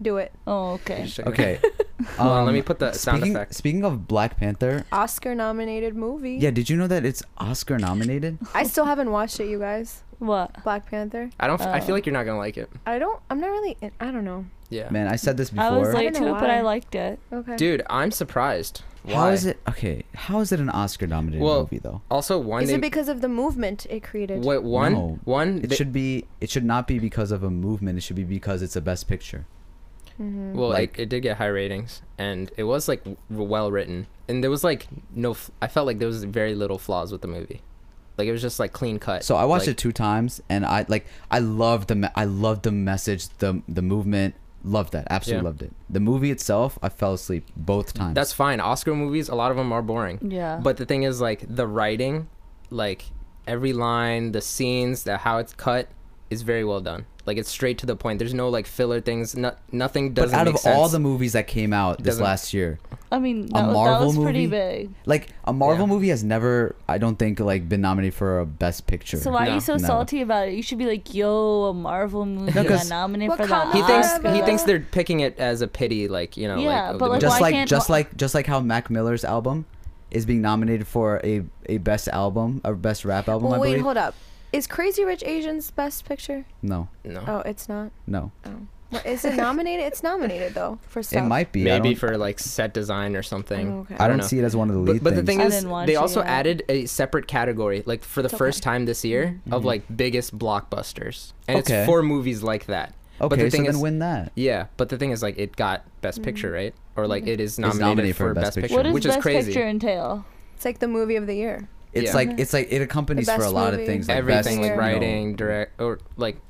Do it. Oh, okay. Just checking. Okay. Hold on, Um, let me put the sound speaking, effect. Speaking of Black Panther, Oscar nominated movie. yeah, did you know that it's Oscar nominated? I still haven't watched it, you guys. What? Black Panther. I don't. F- I Oh. feel like you're not gonna like it. I don't. I'm not really. In, I don't know. Yeah. Man, I said this before. I was I late don't to know it, but I why. liked it. Okay. Dude, I'm surprised. Why? how is it? Okay, how is it an Oscar nominated Well, movie though? Also, one. Is they- it because of the movement it created? What one? No. One. It they- should be. It should not be because of a movement. It should be because it's a best picture. Well, Like- like, it, did get high ratings, and it was like w- well written, and there was like no. F- I felt like there was very little flaws with the movie, like it was just like clean cut. So I watched like, it two times, and I like I loved the me- I loved the message, the the movement, loved that, absolutely Yeah. loved it. The movie itself, I fell asleep both times. That's fine. Oscar movies, a lot of them are boring. Yeah. But the thing is, like the writing, like every line, the scenes, the how it's cut, is very well done. Like it's straight to the point. There's no like filler things. No, nothing but doesn't. out make of all the sense. movies that came out this Doesn't- last year, I mean, that, was, that Marvel was pretty movie? big. like a Marvel Yeah. movie has never, I don't think, like been nominated for a best picture. So why are No. you so No. salty about it? You should be like, yo, a Marvel movie got 'cause- nominated What for that. kind he of- thinks Marvel. he thinks they're picking it as a pity, like you know, Yeah, like, of but, like, the movie. just why like can't- just why- like just like how Mac Miller's album is being nominated for a a best album, a best rap album, Well, I wait, believe. hold up. Is Crazy Rich Asians Best Picture? no, no. Oh, it's not. no, Well, Is it nominated? it's nominated though for stuff. it might be. I Maybe don't, for like set design or something. Oh, okay. I don't know. see it as one of the lead But, but the things. thing I is, didn't watch they it also yet. added a separate category, like for the It's first okay. time this year, of like biggest blockbusters, and Mm-hmm. Okay. it's for movies like that. okay, but so the thing then is, win that. yeah, but the thing is, like, it got Best Mm-hmm. Picture, right? Or like, it is nominated nominated, for Best Picture, what does which Best is crazy. Picture entail? It's like the movie of the year. It's Yeah. like it's like it accompanies The for a best lot of movie. things. Like Everything best, like you know, writing, direct, or like,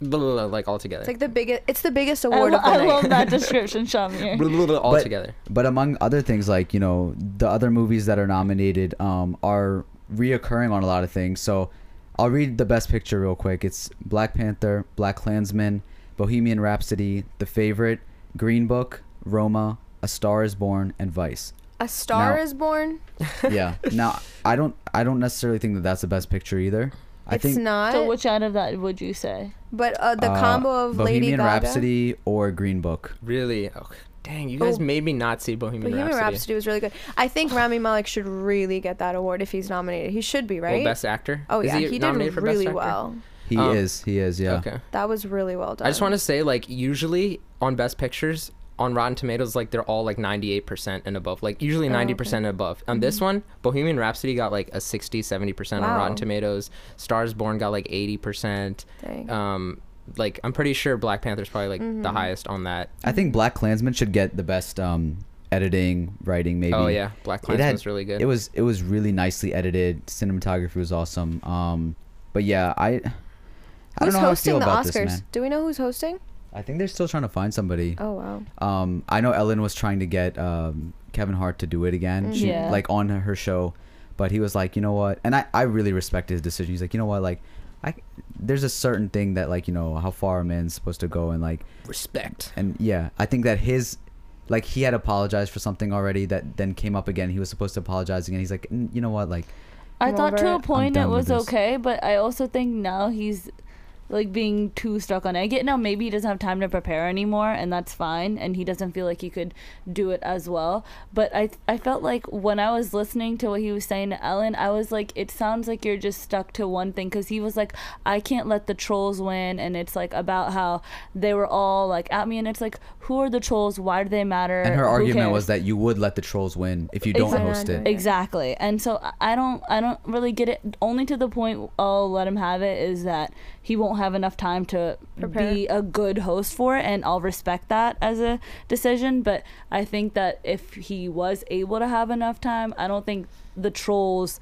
blah, blah, blah, like all together. It's like the biggest. It's the biggest I, award lo- of the I night. love that description, Shamir. Blah, blah, blah, all but, together. But among other things, like you know, the other movies that are nominated um, are reoccurring on a lot of things. So I'll read the best picture real quick. It's Black Panther, Black Klansman, Bohemian Rhapsody, The Favorite, Green Book, Roma, A Star Is Born, and Vice. A Star Now- Is Born. Yeah. now I don't I don't necessarily think that that's the best picture either. I it's think not. So which out of that would you say? but uh, the uh, combo of Bohemian Lady Gaga, Rhapsody or Green Book. Really? Oh, dang, you guys Oh. made me not see Bohemian, Bohemian Rhapsody. Rhapsody. was really good. I think Rami Malek should really get that award if he's nominated. He should be right. Well, Best Actor. oh Is yeah, he, nominated did for really Best Actor? well. He Um, is. He is. Yeah. Okay. That was really well done. I just want to say, like, usually on Best Pictures, on Rotten Tomatoes, like they're all like 98% and above, like Oh, usually 90% and above. Mm-hmm. On this one, Bohemian Rhapsody got like a 60, 70% on Wow. Rotten Tomatoes. Stars Born got like 80%. Dang. Mm-hmm. Um, like I'm pretty sure Black Panther's probably like the highest on that. I think Black Klansman should get the best um, editing, writing, maybe. Oh yeah, Black It Panther had- was really good. It was it was really nicely edited. Cinematography was awesome. Um, but yeah, I I who's don't know how I hosting feel the about Oscars? this, man. Do we know who's hosting? I think they're still trying to find somebody. Oh wow. Um, I know Ellen was trying to get um, Kevin Hart to do it again, she, Mm-hmm. Yeah. like on her show, but he was like, you know what? And I I really respect his decision. He's like, you know what? Like, I there's a certain thing that like you know how far a man's supposed to go, and like Respect. and yeah, I think that his like he had apologized for something already that then came up again. He was supposed to apologize again. He's like, "Mm, you know what? Like, I thought to a Robert, point it done with was this. okay, but I also think now he's like being too stuck on it. I get now maybe he doesn't have time to prepare anymore and that's fine and he doesn't feel like he could do it as well. But I I felt like when I was listening to what he was saying to Ellen, I was like it sounds like you're just stuck to one thing cuz he was like I can't let the trolls win and it's like about how they were all like at me and it's like who are the trolls? Why do they matter? and her Who argument cares? was that you would let the trolls win if you don't Exactly. host it. Exactly. And so I- I don't I don't really get it only to the point I'll let him have it is that he won't have enough time to Prepare. be a good host for it and I'll respect that as a decision, but I think that if he was able to have enough time, I don't think the trolls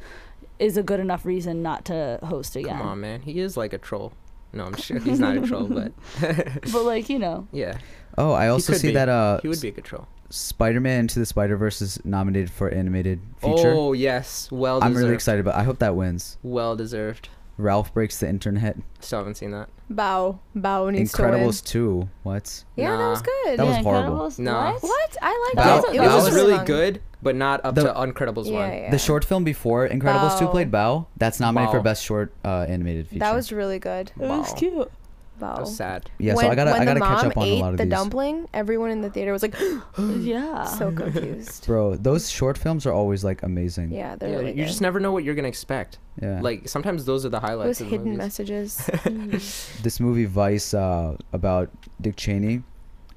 is a good enough reason not to host again. Come on, man. He is like a troll. No, I'm sure he's not a troll, but But like, you know, yeah. Oh, I He also could see be. that uh, he would be a good troll. Spider-Man Into the Spider-Verse is nominated for animated feature. Oh yes, well I'm deserved. really excited, but I hope that wins. Well deserved. Ralph breaks the internet. Still haven't seen that. Bow. Bow needs Incredibles to two. What? win. Yeah, that was Nah. good. That was yeah, horrible. Incredibles- Nah. what? what? I liked Bow, was- it. it It was, was, really really long. good, but not up The- to Uncredibles one. Yeah, yeah. The short film before Incredibles two Bao. played Bao. That's nominated for Bao. best short uh, animated feature. That was really good. It was Wow. cute. Bow. That was sad. yeah. so I gotta I the gotta catch mom up on ate a lot of the these. dumpling, everyone in the theater was like Yeah. so confused. Bro, those short films are always like amazing. Yeah, they're Yeah, really you just never know what you're gonna expect. Yeah. Like sometimes those are the good. it was highlights. of the hidden movies. messages. this movie Vice uh, about Dick Cheney.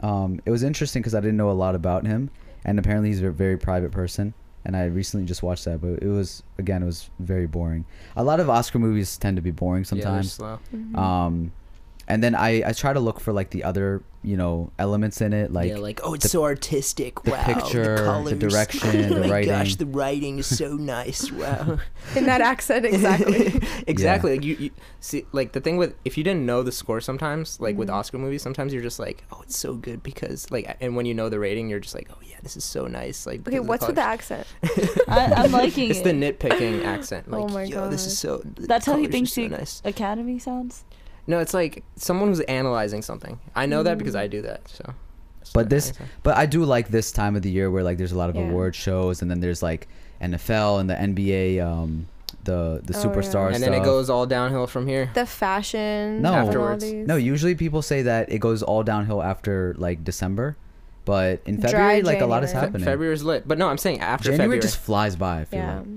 Um, it was interesting because I didn't know a lot about him, and apparently he's a very private person. And I recently just watched that, but it was again, it was very boring. A lot of Oscar movies tend to be boring Yeah, they're sometimes. slow. Mm-hmm. um, and then I I try to look for like the other you know elements in it, like yeah, like oh, it's the- so artistic. the wow, picture, the the, colors. direction, the oh my gosh, writing. the writing is so nice. Wow, In that accent exactly. exactly. Like you, you see, like the thing with if you didn't know the score, sometimes like Mm-hmm. with Oscar movies, sometimes you're just like, oh, it's so good because like, and when you know the rating, you're just like, oh yeah, this is so nice. Like, because Okay, of what's with the colors. accent? I, I'm liking It's it. the nitpicking accent. Like, oh my yo, god. this is so. the That's how he colors are thinks so he nice. Academy sounds. no, it's like someone who's analyzing something. I know that because I do that. So, It's But like this- nice. But I do like this time of the year where like there's a lot of Yeah. award shows, and then there's like NFL and the NBA, um, the the Oh, yeah. superstar and then it stuff. goes all downhill from here. the fashion No. and all Afterwards. these- No, usually people say that it goes all downhill after like December, but in Dry February, like a lot is January. happening. February is lit, but no, I'm saying after January February. just flies by. I feel Yeah. like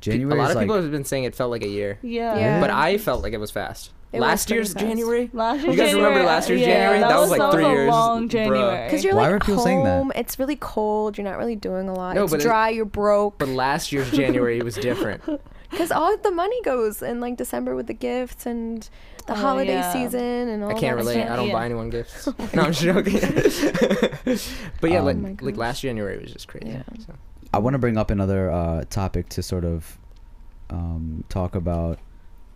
January. a is, lot of like, people have been saying it felt like a year, Yeah. Yeah. but I felt like it was fast. It was last pretty year's fast. January, Last You year's guys remember January, last year's yeah, January? That, That was, was like that three was a years, long bruh. January. Because you're Why like were people saying that? home, it's really cold, you're not really doing a lot. No, but it's it- dry, you're broke. but last year's January was different. Because all the money goes in like December with the gifts and the Oh, holiday yeah. season and all I can't that relate. stuff. I don't Yeah. buy anyone gifts. no, I'm joking. but yeah, Um, Oh my like, like gosh. last January was just crazy. Yeah. So. I want to bring up another uh, topic to sort of um, talk about.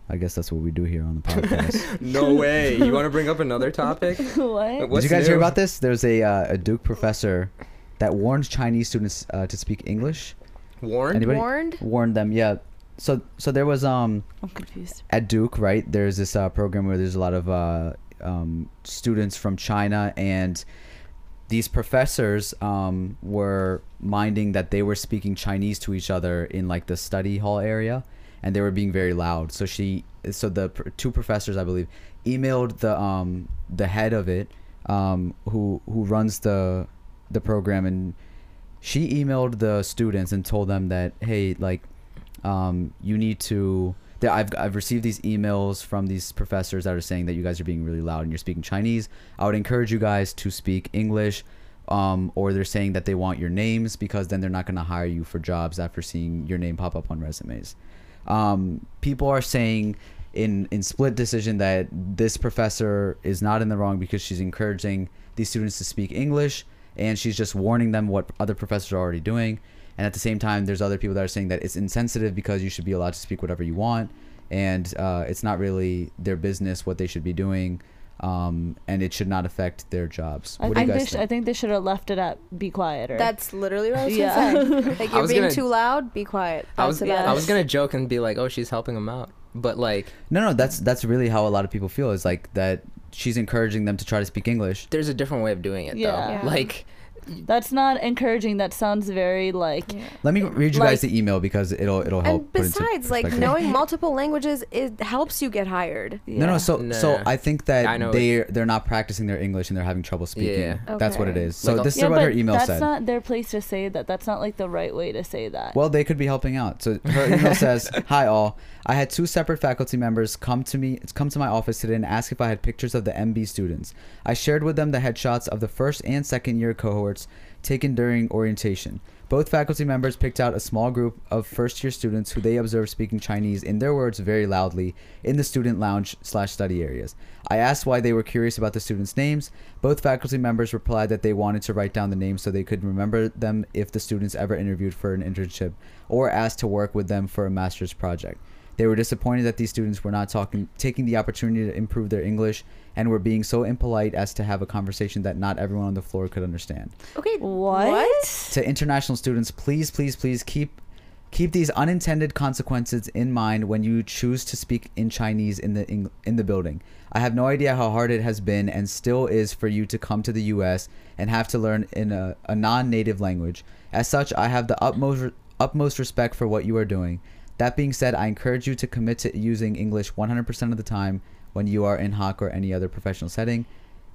I guess that's what we do here on the podcast. No way. You want to bring up another topic? what? What's Did you guys hear new? about this? There's a uh, a Duke professor that warns Chinese students uh, to speak English. Warren? Anybody- Warned? Warned them, yeah. So so there was um I'm confused. at Duke, right? There's this uh, program where there's a lot of uh, um, students from China, and these professors um, were minding that they were speaking Chinese to each other in like the study hall area, and they were being very loud. So she, so the pr- two professors, I believe, emailed the um, the head of it, um, who who runs the the program, and she emailed the students and told them that hey, like um, you need to that I've, I've received these emails from these professors that are saying that you guys are being really loud and you're speaking chinese i would encourage you guys to speak english um, or they're saying that they want your names because then they're not going to hire you for jobs after seeing your name pop up on resumes um, people are saying in in split decision that this professor is not in the wrong because she's encouraging these students to speak English and she's just warning them what other professors are already doing. And at the same time, there's other people that are saying that it's insensitive because you should be allowed to speak whatever you want, and uh, it's not really their business what they should be doing, um, and it should not affect their jobs. I What do you think, they guys sh- I think? think they should have left it at be quieter. That's literally what I was Yeah. gonna say. Like I you're was being gonna- too loud, be quiet. That's I was, about I it. was going to joke and be like, oh, she's helping him out. But like, No, no, that's that's really how a lot of people feel is like that. She's encouraging them to try to speak English. there's a different way of doing it, though. Yeah. Yeah. Like, That's not encouraging. That sounds very like Yeah. Let me read you Like- guys the email because it'll it'll help. And put into besides, like perspective. knowing multiple languages, it helps you get hired. No, no. yeah. So, so Nah. I think that I know they they're not practicing their English and they're having trouble speaking. Yeah. That's what it Okay. is. So Like, this is Yeah, what her but email that's said. not their place to say that. That's not like the right way to say that. Well, they could be helping out. So her email says, "Hi all. I had two separate faculty members come to me come to my office today and ask if I had pictures of the MB students. I shared with them the headshots of the first and second year cohorts taken during orientation. Both faculty members picked out a small group of first year students who they observed speaking Chinese in their words very loudly in the student lounge slash study areas. I asked why they were curious about the students' names. Both faculty members replied that they wanted to write down the names so they could remember them if the students ever interviewed for an internship or asked to work with them for a master's project. They were disappointed that these students were not talking, taking the opportunity to improve their English and were being so impolite as to have a conversation that not everyone on the floor could understand Okay. what? to international students, please, please, please keep keep these unintended consequences in mind when you choose to speak in Chinese in the Eng- in the building. I have no idea how hard it has been and still is for you to come to the U.S. and have to learn in a, a non-native language. As such, I have the utmost re- utmost respect for what you are doing. That being said, I encourage you to commit to using English 100% of the time when you are in Hawk or any other professional setting.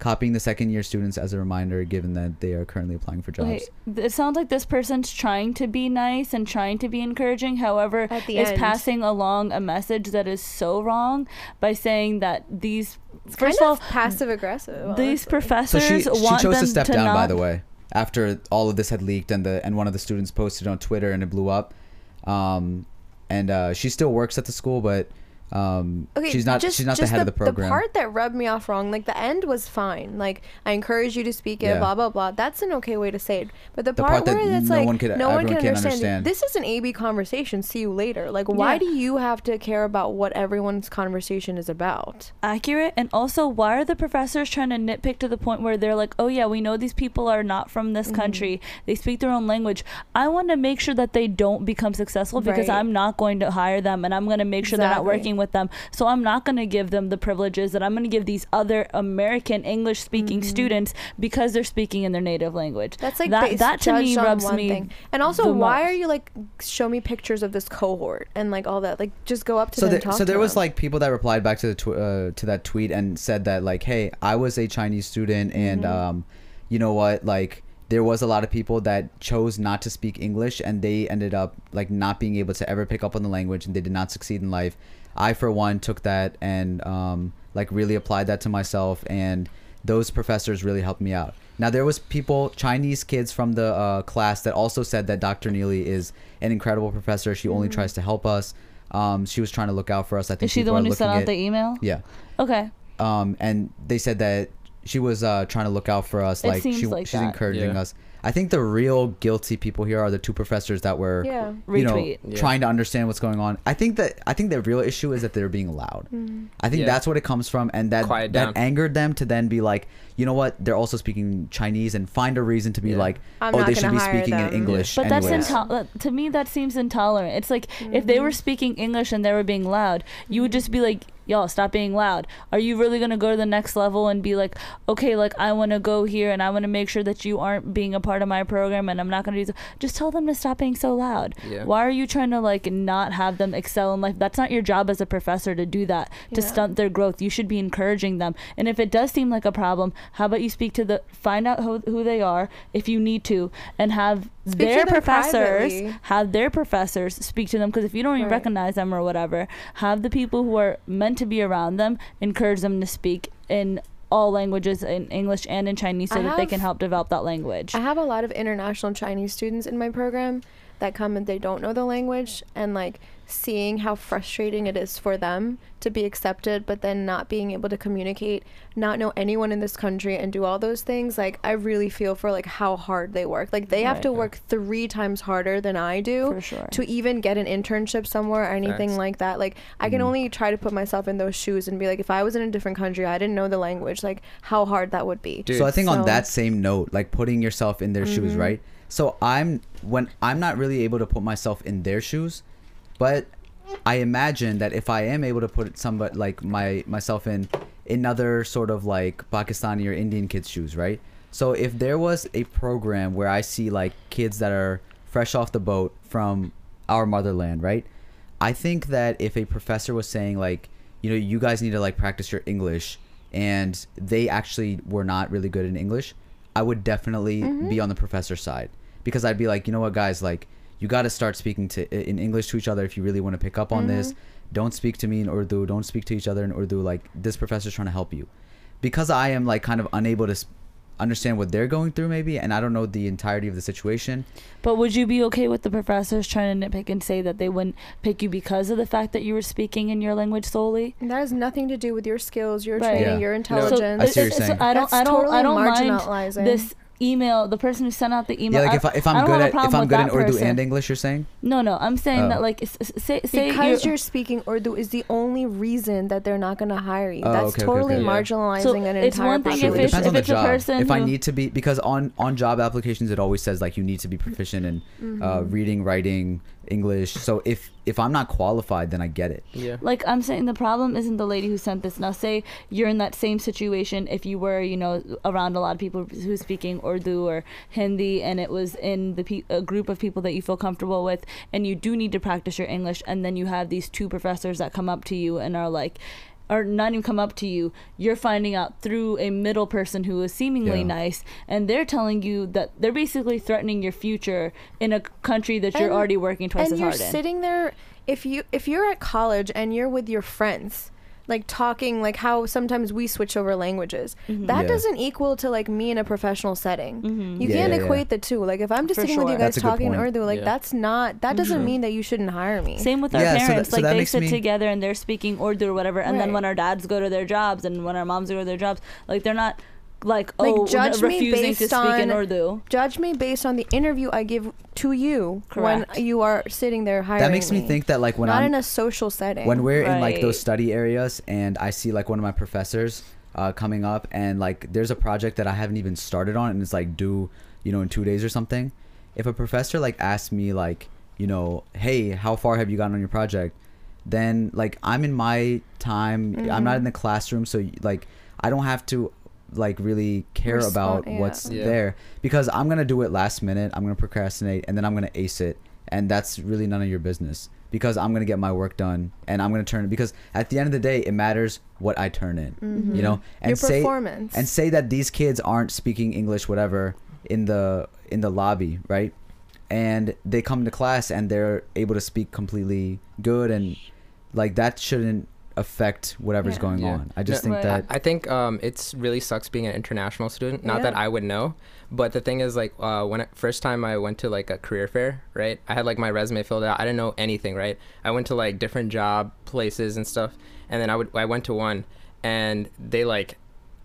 Copying the second year students as a reminder, given that they are currently applying for jobs. Okay, th- it sounds like this person's trying to be nice and trying to be encouraging. However, At the is end. passing along a message that is so wrong by saying that these first kind of all passive aggressive. these So professors she, she want chose them to step down, not, by the way, after all of this had leaked and the and one of the students posted on Twitter and it blew up. Um, and uh, she still works at the school, but um, she's not she's not the head of the program. The part that rubbed me off wrong, like the end was fine. Like I encourage you to speak it, Yeah. blah blah blah. That's an okay way to say it. But the, The part, part that where that's no like one could- no one everyone can can't understand. understand. This is an AB conversation. See you later. Like why Yeah. do you have to care about what everyone's conversation is about? accurate and also why are the professors trying to nitpick to the point where they're like oh yeah we know these people are not from Mm-hmm. this country they speak their own language i want to make sure that they don't become successful because Right. i'm not going to hire them and i'm going to make sure they're not Exactly. working with them so i'm not going to give them the privileges that i'm going to give these other american english speaking students because they're speaking in their native language Mm-hmm. That's like that, based, that to me judged on rubs one me thing. And also, the why most. are you like show me pictures of this cohort and like all that? Like just go up to so them. there, and talk so there to was them. like people that replied back to the tw- uh, to that tweet and said that like hey i was a chinese student and um, you know what like there was a lot of people that chose not to speak english and they ended up like not being able to ever pick up on the language and they did not succeed in life i for one took that and um, like really applied that to myself and those professors really helped me out now there was people chinese kids from the uh, class that also said that dr neely is an incredible professor she only tries to help us um, she was trying to look out for us. I think is she the people are one who sent looking out at- the e-, email Yeah. okay Um, and they said that she was uh, trying to look out for us. It like she, seems like she's that. encouraging Yeah. us. I think the real guilty people here are the two professors that were Yeah. you know, Retweet. Yeah. trying to understand what's going on. I think that I think the real issue is that they're being loud. Mm-hmm. I think Yeah. that's what it comes from, and that Quiet that down. angered them to then be like, you know what? They're also speaking Chinese, and find a reason to be Yeah. like, I'm oh, not they should gonna be hire speaking them. in English. But that's anyways. intolerant. To me, that seems intolerant. It's like if they were speaking English and they were being loud, you would just be like, y'all, stop being loud. Are you really going to go to the next level and be like, okay, like I want to go here and I want to make sure that you aren't being a part of my program and I'm not going to do so. Just tell them to stop being so loud. Yeah. Why are you trying to like not have them excel in life? That's not your job as a professor to do that, to Yeah. stunt their growth. You should be encouraging them. And if it does seem like a problem, how about you speak to the, find out who, who they are if you need to and have Speak to their them professors privately. have their professors speak to them because if you don't even Right. recognize them or whatever have the people who are meant to be around them encourage them to speak in all languages in english and in chinese so I that they have- can help develop that language I have a lot of international Chinese students in my program that come and they don't know the language and like seeing how frustrating it is for them to be accepted but then not being able to communicate, not know anyone in this country and do all those things, like I really feel for like how hard they work. Like they have Right. to work 3 times harder than I do For sure. to even get an internship somewhere or anything Facts. like that. Like I Mm-hmm. can only try to put myself in those shoes and be like if I was in a different country, I didn't know the language, like how hard that would be. Dude. So I think So- on that same note, like putting yourself in their shoes, right? So I'm when I'm not really able to put myself in their shoes, but I imagine that if I am able to put somebody like my myself in another sort of like Pakistani or Indian kids' shoes, right? So if there was a program where I see like kids that are fresh off the boat from our motherland, right? I think that if a professor was saying like, you know, you guys need to like practice your English and they actually were not really good in English, I would definitely Mm-hmm. be on the professor's side because I'd be like, you know what guys, like you got to start speaking to in English to each other if you really want to pick up on this. Mm-hmm. Don't speak to me in Urdu, don't speak to each other in Urdu like this professor's trying to help you. Because I am like kind of unable to s understand what they're going through maybe and I don't know the entirety of the situation. but would you be okay with the professors trying to nitpick and say that they wouldn't pick you because of the fact that you were speaking in your language solely That has nothing to do with your skills, your Right. training, Yeah. your So intelligence. I see what you're it- it- saying. so I don't, That's I don't, totally I don't mind marginalizing. this email. The person who sent out the email. yeah, like I- if, I, if I I'm don't good have a at if problem I'm with good that in Urdu person. and English, you're saying? No, no, I'm saying Oh. that like s- s- say say because you're- you're, speaking Urdu is the only reason that they're not going to hire you. Oh, That's okay, okay, totally okay. Yeah. marginalizing So an it's entire one thing if population. Sure, it it's- depends on the a job. person if I who- need to be, because on on job applications, it always says like you need to be proficient in uh, Mm-hmm. reading, writing, English. So if if I'm not qualified, then I get it. Yeah. Like I'm saying, the problem isn't the lady who sent this. Now, say you're in that same situation if you were, you know, around a lot of people who speaking Urdu or Hindi, and it was in the pe- a group of people that you feel comfortable with, and you do need to practice your English, and then you have these two professors that come up to you and are like. Or not even come up to you. You're finding out through a middle person who is seemingly Yeah. nice, and they're telling you that they're basically threatening your future in a country that you're And- already working twice and as you're hard in. sitting there if you if you're at college and you're with your friends like talking like how sometimes we switch over languages Mm-hmm. that Yeah. doesn't equal to like me in a professional setting you Yeah, can't yeah, yeah. equate the two like if i'm just For sitting with you sure. Mm-hmm. guys That's a good talking point. urdu like Yeah. that's not that doesn't mean that you shouldn't hire me Same with our Yeah, so that- parents. so that like they makes sit me- together and they're speaking Urdu or whatever, and then Right. when our dads go to their jobs and when our moms go to their jobs, like they're not like oh Like, judge me refusing to based speak in on- Urdu. judge me based on the interview I give to you Correct. when you are sitting there hiring. that makes me think that like when not I'm in a social setting. when we're in like Right. those study areas and i see like one of my professors uh, coming up and like there's a project that i haven't even started on and it's like due you know in two days or something if a professor like asks me like you know hey how far have you gotten on your project then like i'm in my time i'm not in the classroom so like i don't have to like really care Respond- about yeah. what's Yeah. there because i'm gonna do it last minute i'm gonna procrastinate and then i'm gonna ace it and that's really none of your business because i'm gonna get my work done and i'm gonna turn it because at the end of the day it matters what i turn in you know and Mm-hmm. your say performance and say that these kids aren't speaking english whatever in the in the lobby right and they come to class and they're able to speak completely good and like that shouldn't affect whatever's Yeah. going Yeah. on i just No, think Right. that I think um, it's really sucks being an international student. Not that Yeah. I would know, but the thing is, like, uh, when I, first time I went to like a career fair, right? I had like my resume filled out. I didn't know anything, right? I went to like different job places and stuff, and then I would I went to one, and they Mm-hmm. like,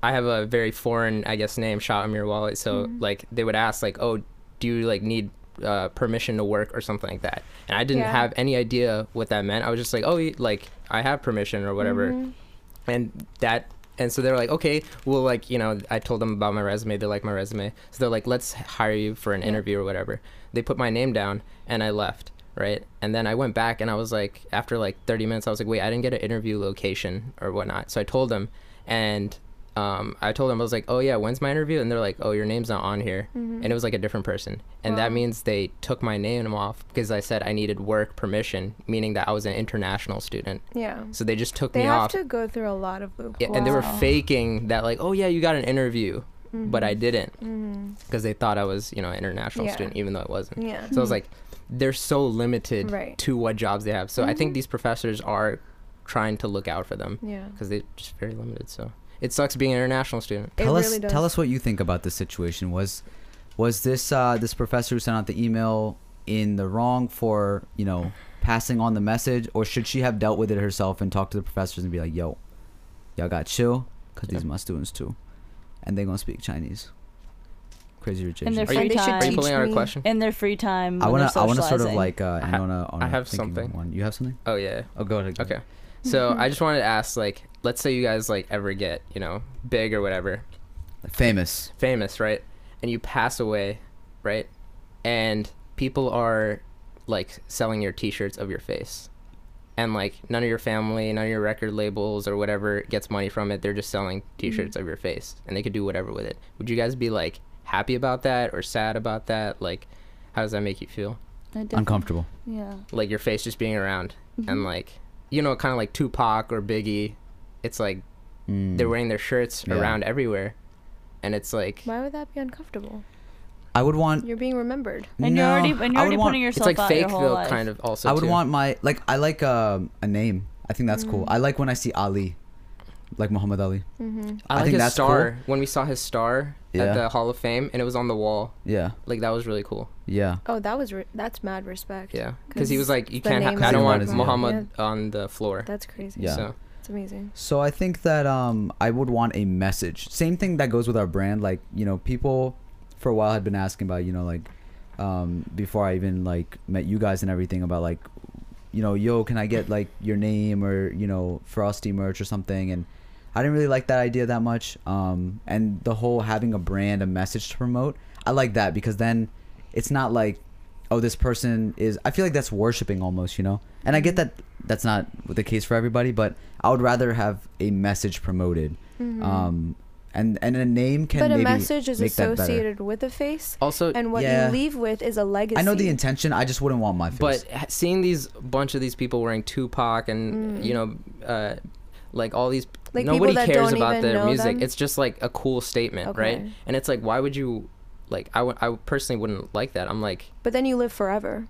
I have a very foreign, I guess, name, Shah Amir Wallet. So like they would ask like, oh, do you like need uh, permission to work or something like that? And I didn't Yeah. have any idea what that meant. I was just like, oh, you- like I have permission or whatever, Mm-hmm. and that. And so they were like, okay, well, like, you know, I told them about my resume. They like my resume. So they're like, let's hire you for an interview or whatever. They put my name down and I left, right? And then I went back and I was like, after like 30 minutes, I was like, wait, I didn't get an interview location or whatnot. So I told them and um, I told them I was like, "Oh yeah, when's my interview?" And they're like, "Oh, your name's not on here," Mm-hmm. and it was like a different person, and that means they took my name off because I said I needed work permission, meaning that I was an international student. Yeah. So they just took They me have off, to go through a lot of loopholes. yeah, and they were Wow. faking that like, "Oh yeah, you got an interview," but I didn't because they thought I was you know an international Mm-hmm. Yeah. student, even though I wasn't. Mm-hmm. Yeah. So I was like, they're so limited Right. Mm-hmm. to what jobs they have. So I think these professors are trying to look out for them Yeah. because they're just very limited. So it sucks being an international student. It tell us really does. tell us what you think about this situation was was this uh, this professor who sent out the email in the wrong for you know passing on the message or should she have dealt with it herself and talked to the professors and be like yo y'all got chill because these Yeah. are my students too and they gonna speak chinese crazy rich And they're Asians. free And they should time. Are you teach pulling out a me- question? in their free time. i want want to to i want to sort of like uh, I ha- Nona- Nona, I have thinking something. one. you have something Oh yeah. oh go ahead go ahead. Okay. Mm-hmm. So I just wanted to ask, like, let's say you guys like ever get, you know, big or whatever, famous famous, right? And you pass away, right? And people are like selling your T-shirts of your face, and like none of your family, none of your record labels or whatever gets money from it. They're just selling T-shirts of your face, and they could do whatever with it. Would you guys be like happy about that or sad about that? Like, how does that make you feel? uncomfortable Yeah. like your face just being around and like you know kind of like tupac or biggie it's like they're wearing their shirts Yeah. around everywhere and it's like Why would that be uncomfortable? i would want You're being remembered. And no, you're already, I and would you're already want- putting it's yourself like out fake your whole though life. kind of also I would too. want my like I like um, a name. I think that's cool. I like when I see Ali, like Muhammad Ali. i I like think his that's cool. star when we saw his star Yeah. at the hall of fame and it was on the wall Yeah, like that was really cool yeah. Oh, that was re- that's mad respect. yeah because he was like you the can't name is ha- i don't on want his- yeah. muhammad on the floor That's crazy. Yeah. so It's amazing. So I think that um, I would want a message. Same thing that goes with our brand. Like you know, people for a while had been asking about you know like um, before I even like met you guys and everything about like you know yo can I get like your name or you know Frosty merch or something and I didn't really like that idea that much. Um, and the whole having a brand, a message to promote, I like that because then it's not like oh this person is i feel like that's worshiping almost you know and i get that that's not the case for everybody but i would rather have a message promoted um and and a name can Mm-hmm. But a maybe message is make that better. associated with a face, also and what Yeah. you leave with is a legacy. i know the intention i just wouldn't want my face But h- seeing these bunch of these people wearing Tupac and you know, uh, like all these Mm. Like, people nobody that cares don't about even their know music. them? It's just like a cool statement, right? Okay. And it's like, why would you? Like, I would- I would- personally wouldn't like that. I'm like, But then you live forever.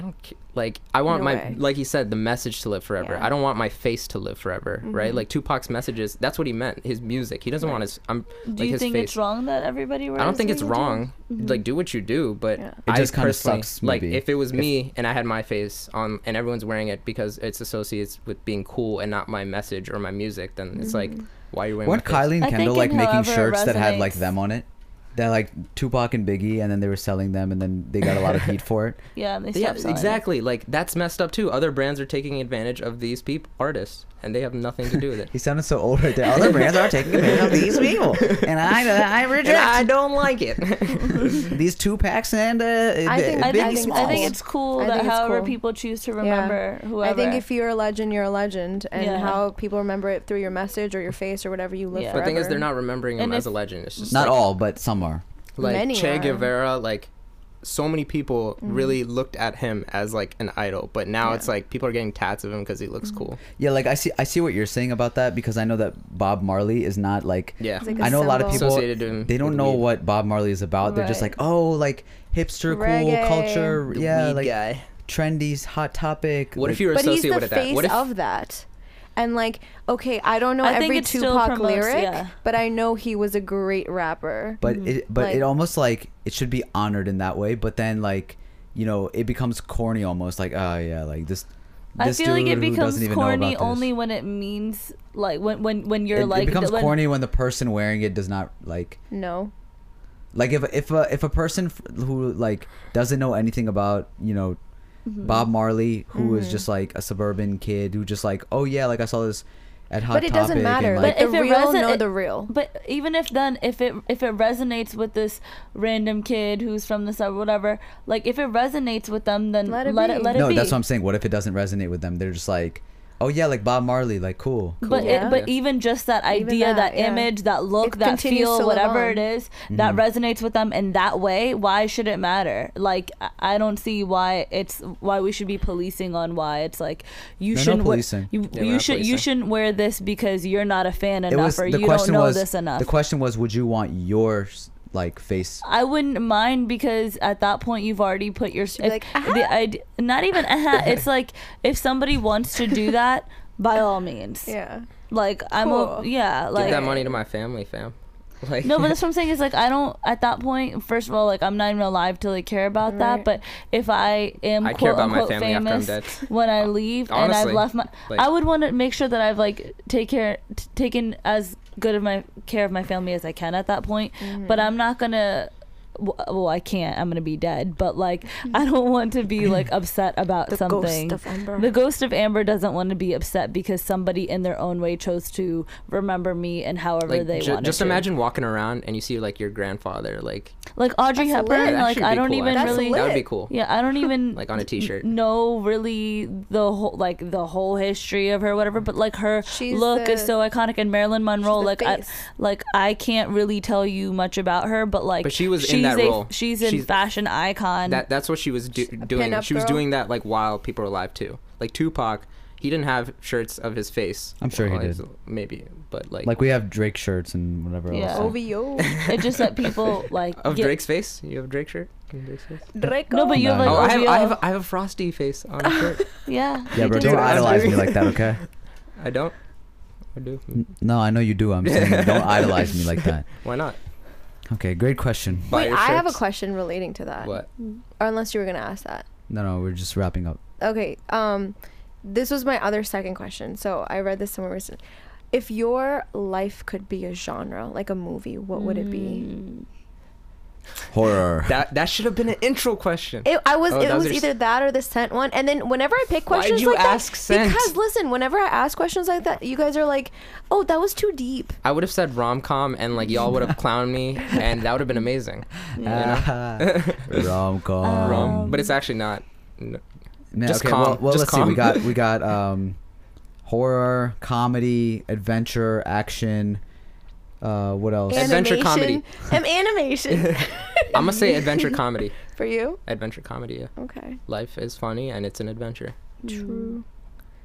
I don't ca- like. I want No my way. like he said, the message to live forever. Yeah. I don't want my face to live forever, right? Like Tupac's messages. That's what he meant. His music. He doesn't want his. I'm Do like you his think face. it's wrong that everybody wears? I don't think it's what you do? wrong. Like do what you do, but Yeah. It I just kinda personally- sucks, Like maybe. if it was If- me and I had my face on and everyone's wearing it because it's associates with being cool and not my message or my music, then it's like why are you wearing weren't my face? kylie and I kendall think like it making however shirts that had like resonates. them on it that like tupac and biggie and then they were selling them and then they got a lot of heat for it Yeah, they Yeah, stopped selling it. exactly. Like that's messed up too. Other brands are taking advantage of these people artists and they have nothing to do with it. he sounded so old right there other brands are taking advantage of these people and i i and reject I don't like it. these two packs and uh, I think- I Biggie think, I Smalls. think it's cool I that think it's however cool. people choose to remember whoever. I think if you're a legend, you're a legend, and Yeah. how people remember it through your message or your face or whatever you live Yeah. forever. the thing is, they're not remembering him And as a if- legend. It's just not like, all, but some are. like Many Che are. Guevara, like so many people Mm-hmm. really looked at him as like an idol, but now it's like people are getting tats of him because he looks Mm-hmm. cool. Yeah, like I see, I see what you're saying about that because I know that Bob Marley is not like. Yeah. like a I know a lot of symbol. people Associated him they don't with know weed. what Bob Marley is about. They're just Right. like, oh, like hipster, Reggae. cool culture, The yeah, weed like guy. trendy, hot topic. What if like- you were But he's associated the with that? face What if of that. And like, okay, I don't know I think every it still Tupac promotes- lyric, yeah. but I know he was a great rapper. But it, but Mm-hmm. Like- it almost like it should be honored in that way. But then like, you know, it becomes corny almost. Like, oh yeah, like this. I this feel like it dude who becomes doesn't even know about corny this. only when it means like when when when you're It, like it becomes when, corny when the person wearing it does not like. no, Like if if a if a person f- who like doesn't know anything about you know Mm-hmm. Bob Marley, who was just like a suburban kid who just like oh yeah, like I saw this at Hot but it doesn't Topic and, matter. like, Like, But the if it real reson- know it- the real. But even if then, if it if it resonates with this random kid who's from the sub, whatever, like if it resonates with them, then let it let it, be. be. no, that's what I'm saying. What if it doesn't resonate with them? They're just like oh yeah, like Bob Marley, like cool. But Cool. it, but Yeah. even just that Even idea, that, that, yeah. image, that look, It that continues to feel, live whatever on. it is, Mm-hmm. that resonates with them in that way. Why should it matter? Like I- I don't see why it's why we should be policing on why it's like you No, no shouldn't wear- policing. you, Yeah, we're you not should you policing. shouldn't wear this because you're not a fan It enough was or the you don't question know was this enough. the question was would you want your like face I wouldn't mind because at that point you've already put your be like, "Uh-huh." the id- not even uh it's like if somebody wants to do that by all means yeah. like I'm o- Cool. yeah like Give that money to my family, fam. Like no but that's what I'm saying is like I don't at that point first of all like I'm not even alive to like care about that Right. but if I am I quote care about my unquote family after I'm famous dead. when I leave and I've Honestly, left my like- I would want to make sure that I've like take care t- taken as good of my care of my family as I can at that point Mm-hmm. but I'm not gonna w- well I can't I'm gonna be dead but like I don't want to be like upset about Mm-hmm. The something ghost of Amber. the ghost of Amber doesn't want to be upset because somebody in their own way chose to remember me and however Like, they ju- wanted just to. imagine walking around and you see like your grandfather, like like Audrey That's Hepburn lit. That'd like actually I be don't cool, even actually. really That would be cool. yeah I don't even Like on a t-shirt. know really the whole like the whole history of her whatever but like her She's look is the- so iconic and Marilyn Monroe the like I, face. like I can't really tell you much about her but like But she was in she's that a- role. she's a She's- fashion icon that. That's what she was do- doing. pinup She was girl. doing that like while people were alive too. Like Tupac, he didn't have shirts of his face. I'm sure he Well, did. he's- Maybe, but like, like we have Drake shirts and whatever Yeah. else. OVO. it just that people like of get- Drake's face. You have Drake shirt. You have Drake's face? Draco. no but you have No. like oh, I have, I OVO. have I have a frosty face on a shirt. yeah Yeah, you bro, do. don't Dude, I'm idolize me sorry. like that, okay? I don't. I do. N- No, I know you do. I'm saying don't idolize me like that. Why not? Okay, great question. Buy Wait, your I have a shirts. question relating to that. What? Or unless you were gonna ask that. No, no, we're just wrapping up. Okay. Um, this was my other second question. So I read this somewhere recently. If your life could be a genre, like a movie, what would it Mm. be? Horror. That that should have been an intro question. It, I was. Oh, it those was are s- either that or the scent one. And then whenever I pick Why'd questions you like ask that, scent? because listen, whenever I ask questions like that, you guys are like, "Oh, that was too deep." I would have said rom com, and like y'all would have clowned me, and that would have been amazing. Rom Rom, com. but it's actually not. No. Um, just okay, calm, Well, well let's just see. We calm. got we got um, horror, comedy, adventure, action. Uh, what else? And- Adventure Animation. Um, animation I'm gonna say adventure comedy. for you. Adventure comedy. Yeah. Okay. Life is funny and it's an adventure. True.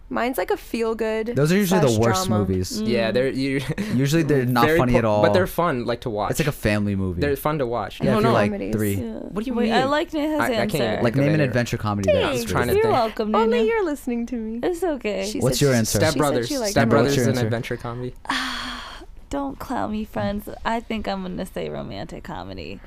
Mine's like a feel good. Those are usually the worst drama. Mm. movies. Yeah, they're you. Usually they're not very funny po- at all. but they're fun, like to watch. it's like a family movie. they're fun to watch. yeah, no, if no, you're like Comedies. three. Yeah. What do you Wait, I mean? like Neha's I- I can't answer. even Like Think of name an any. adventure comedy. that Thanks. is Trying to You're think. welcome, Nina. Only you're listening to me. It's okay. She What's said your she- answer? she Step said Brothers. she liked Step it. What's Brothers your is an answer? adventure comedy. Don't clown me, friends. I think I'm gonna say romantic comedy,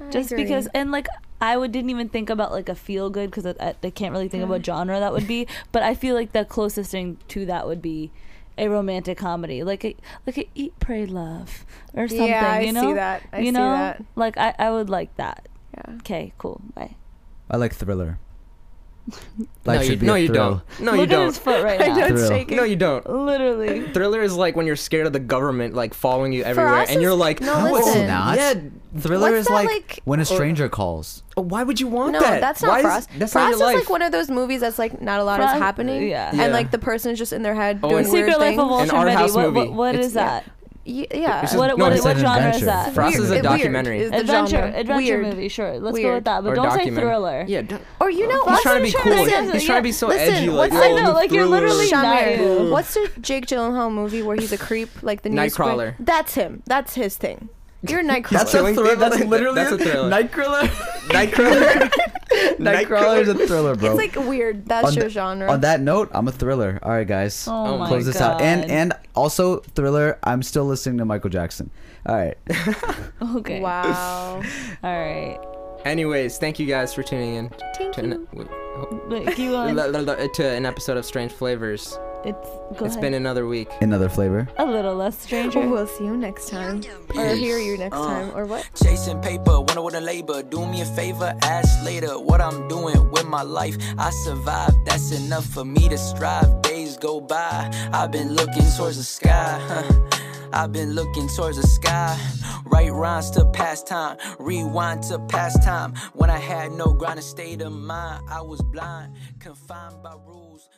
I just agree. because. And like, I would didn't even think about like a feel good because I, I- I can't really think Mm. about genre that would be. But I feel like the closest thing to that would be a romantic comedy, like a like a Eat, Pray, Love or something. Yeah, I you know? see that. I you see know, that. like I I would like that. Yeah. Okay, cool. Bye. I like thriller. no, Life you, should be no, a you thrill. don't. No, you Look at his don't. foot right I know now. it's Thrill. shaking. No, you don't. Literally. Thriller is like when you're scared of the government like following you everywhere, us, and you're it's- like, no, "Oh, listen. It's not. Yeah, Thriller What's is that like, like- when a stranger calls. oh, why would you want No, that? that's not Why for is- us. That's for not us, your it's life. like one of those movies that's like not a lot For is us- happening, yeah. and Yeah. like the person's just in their head Oh, doing and weird Secret Life things. of An Walter art Mitty. house What, what, movie. what It's- is that? Y- yeah, It's just- What, no, what, it's what an genre is adventure. that? For us, it's a Weird. Weird. documentary. Is the adventure genre. adventure Weird. movie sure let's go with Weird. that but or don't say documentary. thriller Yeah, don't- or you know, He's what's trying to be the- cool. listen, He's trying to be so listen, edgy. Like, What's I oh, know, like, you're thriller. literally not Shamir, you. What's the Jake Gyllenhaal movie where he's a creep, like the news creep? Nightcrawler. That's him. That's his thing. You're a Nightcrawler. That's a Killing thriller. people? That's literally That's a thriller. Nightcrawler. Nightcrawler. Nightcrawler is a thriller, it's bro. like weird. That's on your the- genre. On that note, I'm a thriller. All right, guys. Oh my Close this out. And God. and also thriller. I'm still listening to Michael Jackson. All right. okay Wow. all right Anyways, thank you guys for tuning in Thank to an, you. w- but keep l- on l- l- to an episode of Strange Flavors. It's go It's ahead. been another week. Another flavor. a little less stranger. We'll see you next time. Or hear you next Oh. time. Or what? Chasing paper, wonder what I labor. Do me a favor, ask later what I'm doing with my life. I survived, that's enough for me to strive. Days go by, I've been looking towards the sky. huh. I've been looking towards the sky. Right rhymes to past time, rewind to past time. When I had no grounded state of mind, I was blind, confined by rules.